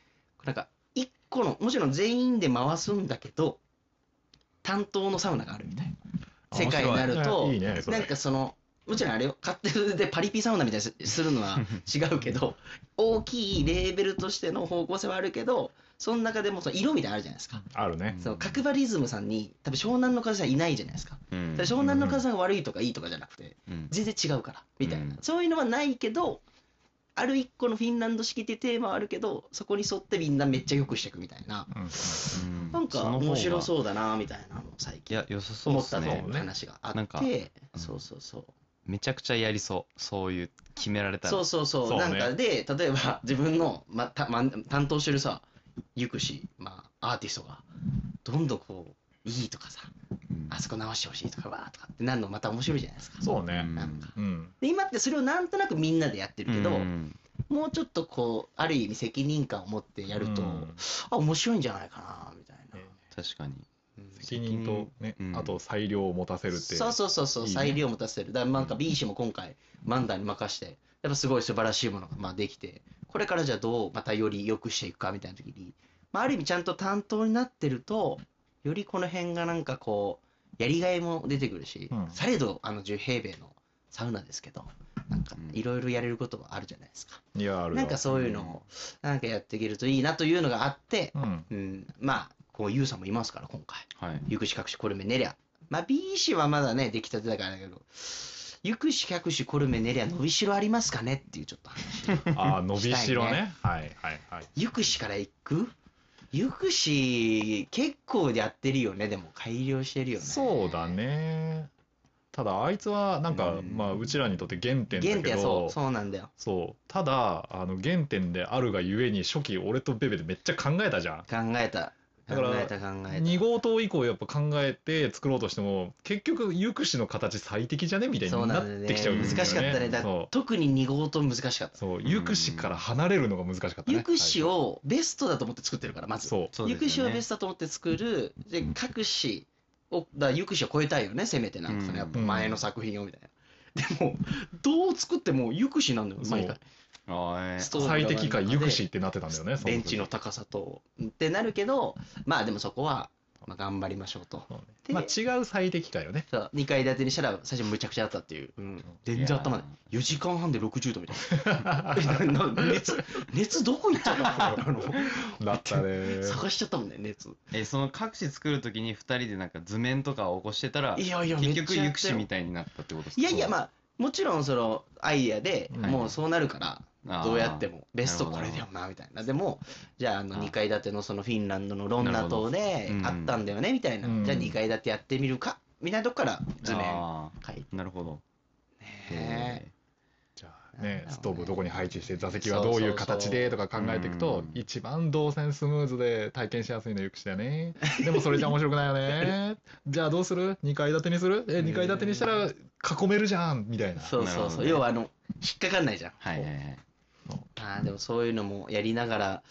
[SPEAKER 2] なんか一個のもちろん全員で回すんだけど担当のサウナがあるみたいな世界になると
[SPEAKER 4] いやいいねそれ
[SPEAKER 2] なんかそのもちろんあれを勝手でパリピサウナみたい
[SPEAKER 4] (laughs)
[SPEAKER 2] にするのは違うけど大きいレーベルとしての方向性はあるけどその中でもその色みたいなのあるじゃないですか。
[SPEAKER 4] あるね。
[SPEAKER 2] その角張リズムさんに多分湘南の風さんいないじゃないですかだから湘南の風さんが悪いとかいいとかじゃなくて
[SPEAKER 3] うん
[SPEAKER 2] 全然違うからみたいな、
[SPEAKER 3] うん
[SPEAKER 2] そういうのはないけどある一個のフィンランド式っていうテーマはあるけどそこに沿ってみんなめっちゃ良くしていくみたいな
[SPEAKER 4] うん
[SPEAKER 3] うん
[SPEAKER 2] なんか面白
[SPEAKER 3] う
[SPEAKER 2] そうだなみたいなのを最
[SPEAKER 3] い
[SPEAKER 2] 近
[SPEAKER 3] や良さそう
[SPEAKER 2] 思
[SPEAKER 3] で
[SPEAKER 2] った
[SPEAKER 3] す
[SPEAKER 2] と
[SPEAKER 3] ね
[SPEAKER 2] いう話があ
[SPEAKER 3] なん
[SPEAKER 2] っ
[SPEAKER 3] か
[SPEAKER 2] てそうそうそう
[SPEAKER 3] めちゃくちゃやりそうそういう決められたら
[SPEAKER 2] そうそうそう
[SPEAKER 4] そうね
[SPEAKER 2] なんかで例えば自分の、またま、担当してるさゆくし、まあ、アーティストがどんどんこういいとかさ
[SPEAKER 3] うん
[SPEAKER 2] あそこ直してほしいとかわーとかってなるのまた面白いじゃないですか
[SPEAKER 4] そうね。
[SPEAKER 2] なんか
[SPEAKER 4] うん。
[SPEAKER 2] で今ってそれをなんとなくみんなでやってるけど、
[SPEAKER 3] うん
[SPEAKER 2] もうちょっとこうある意味責任感を持ってやると、
[SPEAKER 4] うん
[SPEAKER 2] あ面白いんじゃないかなみたいな、
[SPEAKER 4] ね
[SPEAKER 3] 確かに
[SPEAKER 4] 責任とね
[SPEAKER 3] う、ん
[SPEAKER 4] あと裁量を持たせるって。
[SPEAKER 2] そうそうそうそう
[SPEAKER 4] いいね
[SPEAKER 2] 裁量を持たせるだからなんか B 氏も今回マンダーに任してやっぱすごい素晴らしいものがまあできてこれからじゃあどうまたより良くしていくかみたいな時に、まあ、ある意味ちゃんと担当になってるとよりこの辺がなんかこうやりがいも出てくるし、
[SPEAKER 4] うん
[SPEAKER 2] されどあの10平米のサウナですけどなんか
[SPEAKER 3] うん
[SPEAKER 2] いろいろやれることはあるじゃないですか、
[SPEAKER 4] いや、あるよ
[SPEAKER 2] なんかそういうのをなんかやっていけるといいなというのがあって、
[SPEAKER 4] うん。
[SPEAKER 2] うん、まあ、こう、ユウさんもいますから、今回。
[SPEAKER 3] はい
[SPEAKER 2] ゆくしかくしコルメネリア。まあ、B 氏はまだね、出来たてだからだけど、ゆくしかくしコルメネリア、伸びしろありますかねっていうちょっと話。
[SPEAKER 4] ああ、伸びしろね。はいはいはい。
[SPEAKER 2] ゆくしから行くゆくし、結構やってるよね、でも改良してるよね。
[SPEAKER 4] そうだ。ね。ただ、あいつは、なんか、
[SPEAKER 2] うん
[SPEAKER 4] まあ、うちらにとって原点だ
[SPEAKER 2] 原
[SPEAKER 4] け
[SPEAKER 2] 点はそ
[SPEAKER 4] ど
[SPEAKER 2] う、、そうなんだよ。
[SPEAKER 4] そう。ただ、あの、原点であるがゆえに、初期、俺とベベでめっちゃ考えたじゃん。
[SPEAKER 2] 考えた。考
[SPEAKER 4] だから
[SPEAKER 2] えた、考え
[SPEAKER 4] 2号棟以降やっぱ考えて作ろうとしても結局ゆくしの形最適じゃねみた
[SPEAKER 2] た。
[SPEAKER 4] い
[SPEAKER 2] そう
[SPEAKER 4] に
[SPEAKER 2] な
[SPEAKER 4] なん
[SPEAKER 2] だよ
[SPEAKER 4] っ
[SPEAKER 2] ね。
[SPEAKER 4] てきちゃうんですよね。
[SPEAKER 2] 難しかったね。だ
[SPEAKER 4] そう
[SPEAKER 2] 特に2号と難しかった。
[SPEAKER 4] そう、ゆくしから離れるのが難しかったね。
[SPEAKER 2] ゆくしをベストだと思って作ってるから、まず。
[SPEAKER 4] そう。
[SPEAKER 3] そう
[SPEAKER 2] ゆ
[SPEAKER 3] ですよね
[SPEAKER 2] くしをベストだと思って作る、で、各詞を、だゆくしを超えたいよね、せめてなんか、そのやっぱ前の作品をみたいな。でも、どう作ってもゆくしなんだよ、
[SPEAKER 4] そう
[SPEAKER 2] 毎回。
[SPEAKER 3] あ
[SPEAKER 2] ス
[SPEAKER 3] ー
[SPEAKER 2] トーブが
[SPEAKER 4] 最適化ゆくしってなってたんだよね。
[SPEAKER 2] ベンチの高さと。ってなるけど、まあでもそこは、まあ、頑張りましょうと。
[SPEAKER 4] そうね
[SPEAKER 2] で
[SPEAKER 4] まあ違う最適化よね。
[SPEAKER 2] そう2階建てにしたら最初むちゃくちゃだったっていう。うん、全然頭ない。4時間半で60度みたいな。な熱、熱どこ行ったの (laughs)
[SPEAKER 4] (laughs)
[SPEAKER 2] あの (laughs)
[SPEAKER 4] だったね。
[SPEAKER 2] 探しちゃったもんね、熱。
[SPEAKER 3] えその各紙作るときに二人でなんか図面とかを起こしてたら
[SPEAKER 2] いやいや、
[SPEAKER 3] 結局
[SPEAKER 2] め
[SPEAKER 3] ユ
[SPEAKER 2] っ
[SPEAKER 3] ク
[SPEAKER 2] ちゃやったよ
[SPEAKER 3] シみたいになったってことですか
[SPEAKER 2] いやいや、ま
[SPEAKER 3] あ
[SPEAKER 2] あ、もちろんそのアイデアで、
[SPEAKER 4] はい
[SPEAKER 2] もうそうなるから、
[SPEAKER 3] あー
[SPEAKER 2] どうやっても、ベスト
[SPEAKER 3] な
[SPEAKER 2] こ
[SPEAKER 3] る
[SPEAKER 2] れ
[SPEAKER 3] ほど
[SPEAKER 2] だよな、みたいな。でも、じゃあ、あの、
[SPEAKER 3] あー
[SPEAKER 2] 2階建てのそのフィンランドのロンナ島で
[SPEAKER 3] なるほどう、ん
[SPEAKER 2] あったんだよね、みたいな
[SPEAKER 4] う。ん
[SPEAKER 2] じゃあ、2階建てやってみるか、みたいなとこから図面
[SPEAKER 3] あ
[SPEAKER 2] 書いて。
[SPEAKER 3] ーなるほど
[SPEAKER 2] ね
[SPEAKER 4] じゃあね、ストーブをどこに配置して、座席はどういう形でとか考えて
[SPEAKER 3] そう
[SPEAKER 4] いく
[SPEAKER 3] そう
[SPEAKER 4] と
[SPEAKER 3] そう、うん
[SPEAKER 4] 一番動線スムーズで体験しやすいのはゆくしだよね。でもそれじゃ面白くないよね。じゃあどうする ?2 階建てにするえ、2階建てにしたら囲めるじゃんみたいな。
[SPEAKER 2] そうそう
[SPEAKER 3] なるほ
[SPEAKER 2] そ
[SPEAKER 3] ど
[SPEAKER 2] う。
[SPEAKER 3] ね
[SPEAKER 2] 要は、あの、引っかかんないじゃん。
[SPEAKER 3] はいはいはい
[SPEAKER 2] あーでもそういうのもやりながら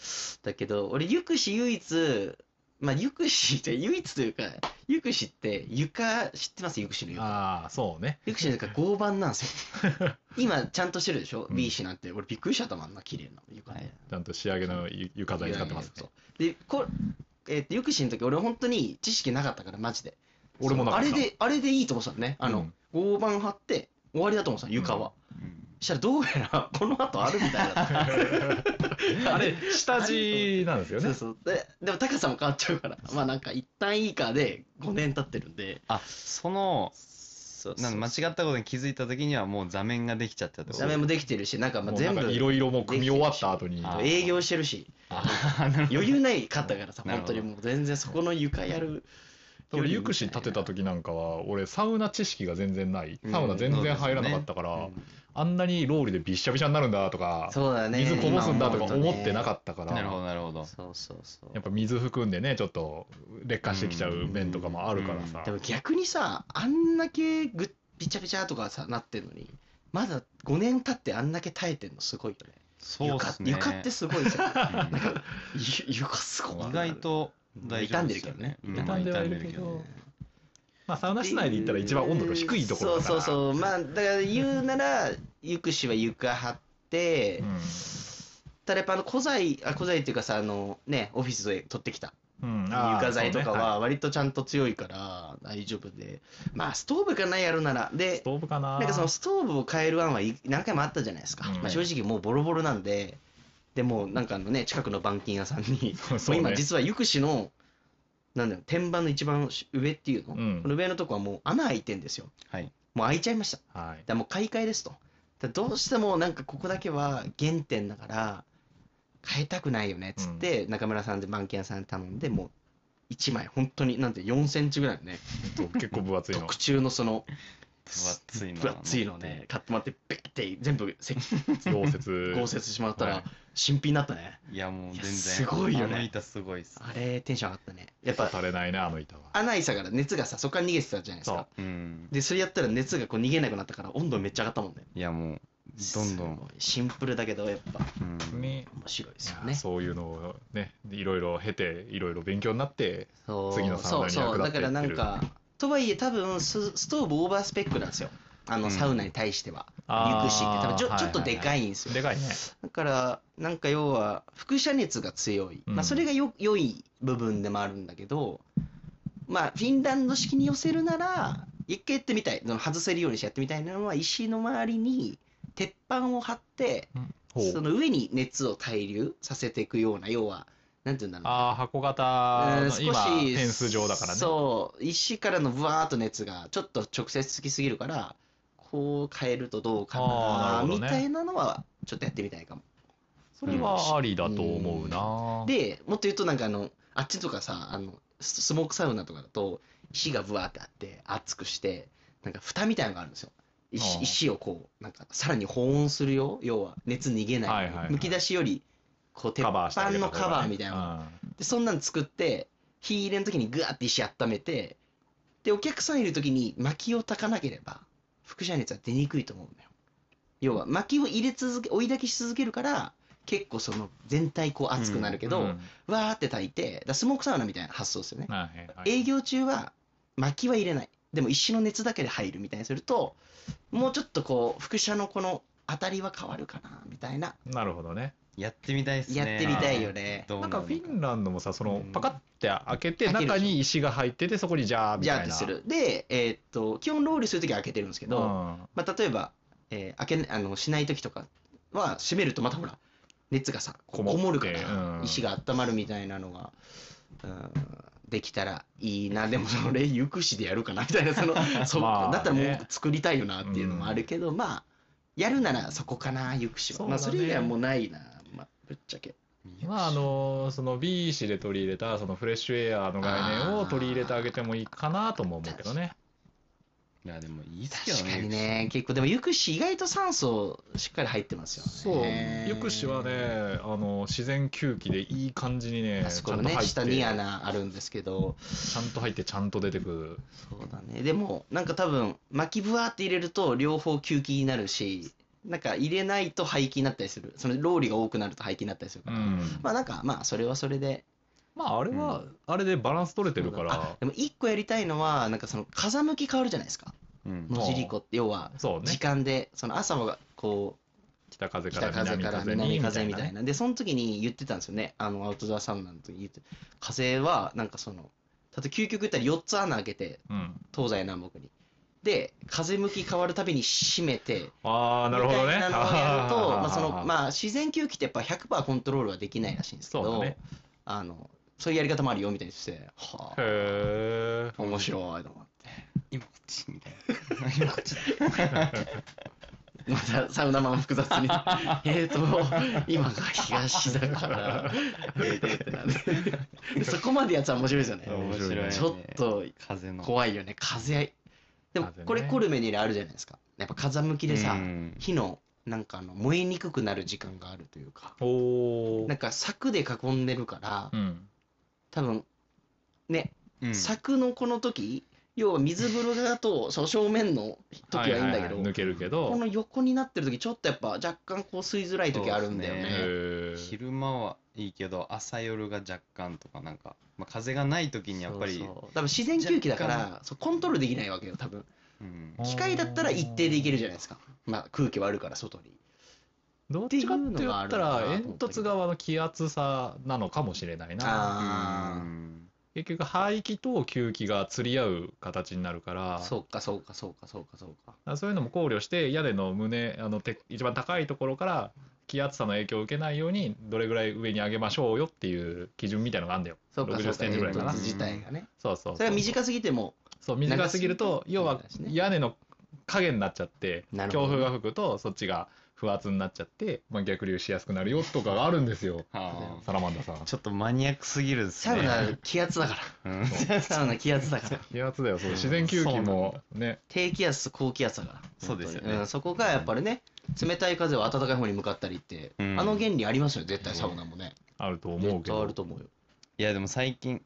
[SPEAKER 2] だけど俺ゆくし唯一まあゆくしって唯一というかゆくしって床知ってますゆくしの床
[SPEAKER 4] ああ、そうね。
[SPEAKER 2] ゆくしの床合板なんです
[SPEAKER 4] (laughs)
[SPEAKER 2] よ今ちゃんとしてるでしょ、
[SPEAKER 4] うん
[SPEAKER 2] B 氏なんて俺びっくりしちゃったもんあんな綺麗な床ね、
[SPEAKER 3] はい
[SPEAKER 4] ちゃんと仕上げのゆ床材使ってますね。
[SPEAKER 2] そうでこえーとゆくしの時俺本当に知識なかったからマジで
[SPEAKER 4] 俺もなかった
[SPEAKER 2] そうあれであれでいいと思ってたのねあの、合板張って終わりだと思ってたの床は、
[SPEAKER 3] うん
[SPEAKER 2] したらどうやら (laughs) この後あるみたいだった
[SPEAKER 4] (laughs) あれ、下地なんですよ
[SPEAKER 2] そ
[SPEAKER 4] ね
[SPEAKER 2] う。そうででも高さも変わっちゃうからまあなんか一旦いいかで5年経ってるんで
[SPEAKER 3] あその
[SPEAKER 2] そう
[SPEAKER 3] なん間違ったことに気づいたときにはもう座面ができちゃったってこと
[SPEAKER 2] 座面もできてるしなんかま
[SPEAKER 4] も
[SPEAKER 2] あ
[SPEAKER 4] うな
[SPEAKER 2] 全
[SPEAKER 4] んか
[SPEAKER 2] 部
[SPEAKER 4] いろいろもう組み終わった後に。
[SPEAKER 3] あ
[SPEAKER 2] 営業してるし
[SPEAKER 3] あなるほど
[SPEAKER 2] 余裕ないかったからさ
[SPEAKER 3] (laughs) なる
[SPEAKER 2] 本
[SPEAKER 3] ほ
[SPEAKER 2] 当
[SPEAKER 3] ど
[SPEAKER 2] にもう全然そこの床やる
[SPEAKER 4] だからゆくし建てた時なんかは俺サウナ知識が全然ないサウナ全然入らなかったから、
[SPEAKER 2] うん
[SPEAKER 4] あんなにロールでびっしゃびしゃになるんだとか、
[SPEAKER 2] そうだね
[SPEAKER 4] 水こぼすんだとか思ってなか
[SPEAKER 2] っ
[SPEAKER 4] ったから、
[SPEAKER 3] なるほどなるほど
[SPEAKER 2] そうそうそう
[SPEAKER 4] やっぱ水含んでねちょっと劣化してきちゃう面とかもあるからさ、
[SPEAKER 2] でも逆にさあんだけぐびちゃびちゃとかさなってるのにまだ5年経ってあんだけ耐えてんのすごいよね
[SPEAKER 3] そうですね
[SPEAKER 2] 床床ってすごいじゃん (laughs)
[SPEAKER 3] うん
[SPEAKER 2] ゆ床すごい
[SPEAKER 3] 意外と大丈夫ですよね。
[SPEAKER 2] 傷んでるけどね
[SPEAKER 3] う
[SPEAKER 4] 傷んではいるけど
[SPEAKER 3] 傷んではいる
[SPEAKER 4] まあ、サウナ室内で行ったら一番温度の低いところだから
[SPEAKER 2] そうそうそうまあだから言うならゆくしは床張って、
[SPEAKER 4] うん
[SPEAKER 2] ただやっぱあの古材あ古材っていうかさあのねオフィスで取ってきた
[SPEAKER 4] うんあー
[SPEAKER 2] 床材とか
[SPEAKER 4] そうねい
[SPEAKER 2] は割とちゃんと強いから大丈夫で、まあストーブかなやるなら
[SPEAKER 4] ス
[SPEAKER 2] で
[SPEAKER 4] トーブかな
[SPEAKER 2] なんかそのストーブを変える案はい何回もあったじゃないですか、
[SPEAKER 4] うん
[SPEAKER 2] まあ、正直もうボロボロなんででもうなんかあのね近くの板金屋さんに
[SPEAKER 4] そうそうね
[SPEAKER 2] もう今実はゆくしのなんだろう天板の一番上っていうの、
[SPEAKER 4] うん
[SPEAKER 2] この上のとこはもう穴開いてんですよ
[SPEAKER 3] はい。
[SPEAKER 2] もう開いちゃいました
[SPEAKER 4] はい
[SPEAKER 2] だからもう買い替えですと。だからどうしてもなんかここだけは原点だから変えたくないよねっつって中村さんで満ン屋さんに頼んでもう1枚本当になんて4センチぐらいのね
[SPEAKER 4] そう結構分厚いの
[SPEAKER 2] 特注のその
[SPEAKER 3] 分厚いの。
[SPEAKER 2] 分厚いのね。買ってもらってベッて全部せ
[SPEAKER 4] 溶接
[SPEAKER 2] 合成してもらった
[SPEAKER 4] は
[SPEAKER 2] ら
[SPEAKER 4] い
[SPEAKER 2] 新品だったね
[SPEAKER 3] いやもう全然。
[SPEAKER 2] いやすごいよね
[SPEAKER 3] あの板すごいっす。
[SPEAKER 2] あれテンション上がったねやっぱ
[SPEAKER 4] 刺されないねあの板は
[SPEAKER 2] 穴開いてたから熱がさそこから逃げてたじゃないですか
[SPEAKER 3] うん。
[SPEAKER 2] でそれやったら熱がこう逃げなくなったから温度めっちゃ上がったもんね
[SPEAKER 3] いやもうどんど
[SPEAKER 2] す
[SPEAKER 3] ん
[SPEAKER 2] ごいシンプルだけどやっぱ
[SPEAKER 3] うん。
[SPEAKER 4] ね
[SPEAKER 2] 面白いですよ
[SPEAKER 4] いや
[SPEAKER 2] ね
[SPEAKER 4] そういうのをねいろいろ経ていろいろ勉強になって
[SPEAKER 2] そう
[SPEAKER 4] 次のサウナに役立っていってる
[SPEAKER 2] そうそうだからなんかとはいえ多分スストーブオーバースペックなんですよあの
[SPEAKER 3] うん
[SPEAKER 2] サウナに対しては、
[SPEAKER 4] あー
[SPEAKER 2] ゆくしって多分ちょ,、
[SPEAKER 4] はいはいはい
[SPEAKER 2] ちょっとでかいんですよ
[SPEAKER 4] でかいね
[SPEAKER 2] だからなんか要は輻射熱が強い、
[SPEAKER 4] うん
[SPEAKER 2] まあ、それがよ良い部分でもあるんだけどまあフィンランド式に寄せるなら一回やってみたいその外せるようにしてやってみたいなのは石の周りに鉄板を張って
[SPEAKER 4] ほう
[SPEAKER 2] その上に熱を対流させていくような要はなんて言うんだろうな
[SPEAKER 4] ああ箱型
[SPEAKER 2] うん
[SPEAKER 4] の
[SPEAKER 2] 少し
[SPEAKER 4] 今点数上だからね
[SPEAKER 2] そう石からのぶわーっと熱がちょっと直接つきすぎるからこう変えるとどうかな
[SPEAKER 4] あーなるほどね
[SPEAKER 2] みたいなのはちょっとやってみたいかも
[SPEAKER 4] それはありだと思うな、
[SPEAKER 2] でもっと言うとなんかあのあっちとかさあのススモークサウナとかだと石がぶわーってあって熱くしてなんか蓋みたいなのがあるんですよ石
[SPEAKER 4] あー
[SPEAKER 2] 石をこうなんかさらに保温するよ要は熱逃げない,、
[SPEAKER 4] はいはいはい
[SPEAKER 2] むき出しよりこう鉄
[SPEAKER 4] カバーしてあ
[SPEAKER 2] 板
[SPEAKER 4] げた
[SPEAKER 2] の
[SPEAKER 4] ところ
[SPEAKER 2] カバーみたいなのが
[SPEAKER 4] な、
[SPEAKER 2] でそんなの作って火入れの時にグワーって石温めてでお客さんいる時に薪を炊かなければ輻射熱は出にくいと思うんだよ要は薪を入れ続け追い焚きし続けるから結構その全体こう熱くなるけど、
[SPEAKER 4] うん
[SPEAKER 2] わーって炊いてだからスモークサウナみたいな発想ですよね、
[SPEAKER 4] はいはい
[SPEAKER 2] 営業中は薪は入れないでも石の熱だけで入るみたいにするともうちょっとこう輻射のこの当たりは変わるかなみたいな
[SPEAKER 4] なるほどね
[SPEAKER 3] やってみたいですね。
[SPEAKER 2] やってみたいよね。
[SPEAKER 3] どう
[SPEAKER 4] なん
[SPEAKER 3] な
[SPEAKER 4] か
[SPEAKER 3] の
[SPEAKER 4] フィンランドもさ、その
[SPEAKER 2] うん
[SPEAKER 4] パカって開けて、
[SPEAKER 2] 開けるでしょ
[SPEAKER 4] 中に石が入ってて、そこにジャーみ
[SPEAKER 2] ジャ
[SPEAKER 4] た
[SPEAKER 2] ーっ
[SPEAKER 4] い
[SPEAKER 2] て
[SPEAKER 4] な。
[SPEAKER 2] する。で、えーっと、基本ロールするときは開けてるんですけ
[SPEAKER 4] う
[SPEAKER 2] ど、
[SPEAKER 4] ん。
[SPEAKER 2] まあ、例えば、えー開けあのしないときとかは閉めるとまたほら熱がさこ
[SPEAKER 4] こもって
[SPEAKER 2] もるから、
[SPEAKER 4] うん
[SPEAKER 2] 石が温まるみたいなのが、うん、できたらいいなでもそれ行くしでやるかなみたいなその
[SPEAKER 4] (laughs)
[SPEAKER 2] そ、
[SPEAKER 4] まあね
[SPEAKER 2] だったらもう作りたいよなっていうのもあるけど、まあやるならそこかな行くしは
[SPEAKER 4] そう
[SPEAKER 2] ま
[SPEAKER 4] だね
[SPEAKER 2] あ、それ以外はもうないな、まあ、ぶっちゃけ
[SPEAKER 4] まああのその B 氏で取り入れたそのフレッシュエアーの概念を取り入れてあげてもいいかなとも思うけどね。
[SPEAKER 3] いや、でもいいっすけど
[SPEAKER 2] 確
[SPEAKER 3] ね。
[SPEAKER 2] かにね結構でも行くし意外と酸素しっかり入ってますよ
[SPEAKER 4] そう
[SPEAKER 2] ね、
[SPEAKER 4] ゆくしはね、あの自然吸気でいい感じにね、
[SPEAKER 2] あそ
[SPEAKER 4] ち
[SPEAKER 2] こ
[SPEAKER 4] ゃ
[SPEAKER 2] の
[SPEAKER 4] んと
[SPEAKER 2] ね
[SPEAKER 4] 入って、
[SPEAKER 2] 下に穴あるんですけど
[SPEAKER 4] ちゃんと入って、ちゃんと出てく
[SPEAKER 2] そうだね。でも、なんか多分、巻きぶわって入れると両方吸気になるし、なんか入れないと排気になったりする。そのローリが多くなると排気になったりするか
[SPEAKER 4] る。う
[SPEAKER 2] ら。
[SPEAKER 4] ん
[SPEAKER 2] まあなんか、まあそれはそれで。
[SPEAKER 4] まあ、あれは、あれでバランス取れてるから
[SPEAKER 2] あ、でも一個やりたいのは、なんかその風向き変わるじゃないですか。
[SPEAKER 3] うん。
[SPEAKER 2] 野尻湖って要は、
[SPEAKER 4] そうね
[SPEAKER 2] 時、間で、その朝はこ
[SPEAKER 4] 北
[SPEAKER 2] う、
[SPEAKER 4] 風か
[SPEAKER 2] 北
[SPEAKER 4] ら
[SPEAKER 2] 風
[SPEAKER 4] 南
[SPEAKER 2] から
[SPEAKER 4] 風
[SPEAKER 2] 南
[SPEAKER 4] に
[SPEAKER 2] 風み
[SPEAKER 4] み
[SPEAKER 2] た
[SPEAKER 4] た
[SPEAKER 2] い
[SPEAKER 4] いな。
[SPEAKER 2] な。で、その時に言ってたんですよね。あの、アウトドアサウナの時に言って。風は、なんかその、例えば究極言ったら4つ穴開けて、
[SPEAKER 4] うん、
[SPEAKER 2] 東西南北に。で、風向き変わるたびに閉めて、
[SPEAKER 4] ああ、なるほど
[SPEAKER 2] み
[SPEAKER 4] ね。
[SPEAKER 2] たいなのをやると、
[SPEAKER 4] (laughs) ー
[SPEAKER 2] まあそのまあ、自然吸気ってやっぱ100%コントロールはできないらしいんですけ
[SPEAKER 4] そうだ
[SPEAKER 2] ど、
[SPEAKER 4] ね
[SPEAKER 2] あのそういうやり方もあるよみたいにして、はあ、
[SPEAKER 4] へえ。
[SPEAKER 2] 面白いと思って。
[SPEAKER 3] 今こっちみたいな。今こっち。
[SPEAKER 2] またサウナマン複雑
[SPEAKER 4] (laughs)
[SPEAKER 2] に。えっと、今が東だから、えーとってな
[SPEAKER 4] (laughs)
[SPEAKER 2] るでそこまでやつは面白いですよね。
[SPEAKER 3] 面白いね。
[SPEAKER 2] ちょっと
[SPEAKER 3] 風の。
[SPEAKER 2] 怖いよね、風。でも
[SPEAKER 4] 風ね
[SPEAKER 2] これコルメネにあるじゃないですか。やっぱ風向きでさ
[SPEAKER 3] う、ん
[SPEAKER 2] 火のなんかあの燃えにくくなる時間があるというか。
[SPEAKER 4] おお
[SPEAKER 2] なん。か柵で囲んでるから、
[SPEAKER 4] うん。
[SPEAKER 2] 多分ね、
[SPEAKER 3] うん
[SPEAKER 2] 柵のこの時要は水風呂だとその正面の時はいいんだけど、
[SPEAKER 4] ははは抜けるけど。
[SPEAKER 2] この横になってる時ちょっとやっぱ若干こう吸いづらい時あるんだよね
[SPEAKER 3] そうですね
[SPEAKER 4] へー
[SPEAKER 3] 昼間はいいけど、朝夜が若干とか、なんか、まあ、風がない時にやっぱり、
[SPEAKER 2] そうそう多分自然吸気だからそうコントロールできないわけよ多分
[SPEAKER 3] うん
[SPEAKER 4] あー
[SPEAKER 2] 機械だったら一定でいけるじゃないですか、まあ、空気はあるから外に
[SPEAKER 4] どっちかって言ったら
[SPEAKER 2] っていうのがあるのかなと思ったけど
[SPEAKER 4] 煙突側の気圧差なのかもしれないな
[SPEAKER 2] あ
[SPEAKER 3] う
[SPEAKER 2] ー
[SPEAKER 3] ん
[SPEAKER 4] 結局排気と吸気が釣り合う形になるから
[SPEAKER 2] そうかそうかそうかそうかそうか
[SPEAKER 4] だからそういうのも考慮して屋根の胸あのて一番高いところから気圧差の影響を受けないようにどれぐらい上に上げましょうよっていう基準みたいのがあるんだよ
[SPEAKER 2] そうかそう
[SPEAKER 4] 60
[SPEAKER 2] か
[SPEAKER 4] センチぐらいかな
[SPEAKER 2] 煙突自体がね
[SPEAKER 4] そうそう
[SPEAKER 2] それは短すぎても
[SPEAKER 4] そう短すぎる
[SPEAKER 2] 長す
[SPEAKER 4] と
[SPEAKER 2] ぎる
[SPEAKER 4] 要は
[SPEAKER 2] みたいですね
[SPEAKER 4] 屋根の影になっちゃって
[SPEAKER 2] なるほど
[SPEAKER 4] 強風が吹くとそっちが不圧になっちゃって、まあ、逆流しやすくなるよとかがあるんですよ
[SPEAKER 3] あー
[SPEAKER 4] サラマンダさん
[SPEAKER 3] ちょっとマニアックすぎるです
[SPEAKER 2] サウ
[SPEAKER 3] ね。
[SPEAKER 2] ナ気圧だから
[SPEAKER 3] うん
[SPEAKER 2] サウナ気圧だから。
[SPEAKER 4] 気圧だよそう自然吸気もね
[SPEAKER 2] 低気圧と高気圧だから。
[SPEAKER 3] そうですよね
[SPEAKER 2] 本当にんそこがやっぱりね、冷たい風は暖かい方に向かったりって、
[SPEAKER 3] うん
[SPEAKER 2] あの原理ありますよ、絶対サウナもね。
[SPEAKER 4] あると思う
[SPEAKER 2] 絶
[SPEAKER 4] け
[SPEAKER 2] 対あ
[SPEAKER 4] ど
[SPEAKER 2] ると思うよ。
[SPEAKER 3] いや、でも最近、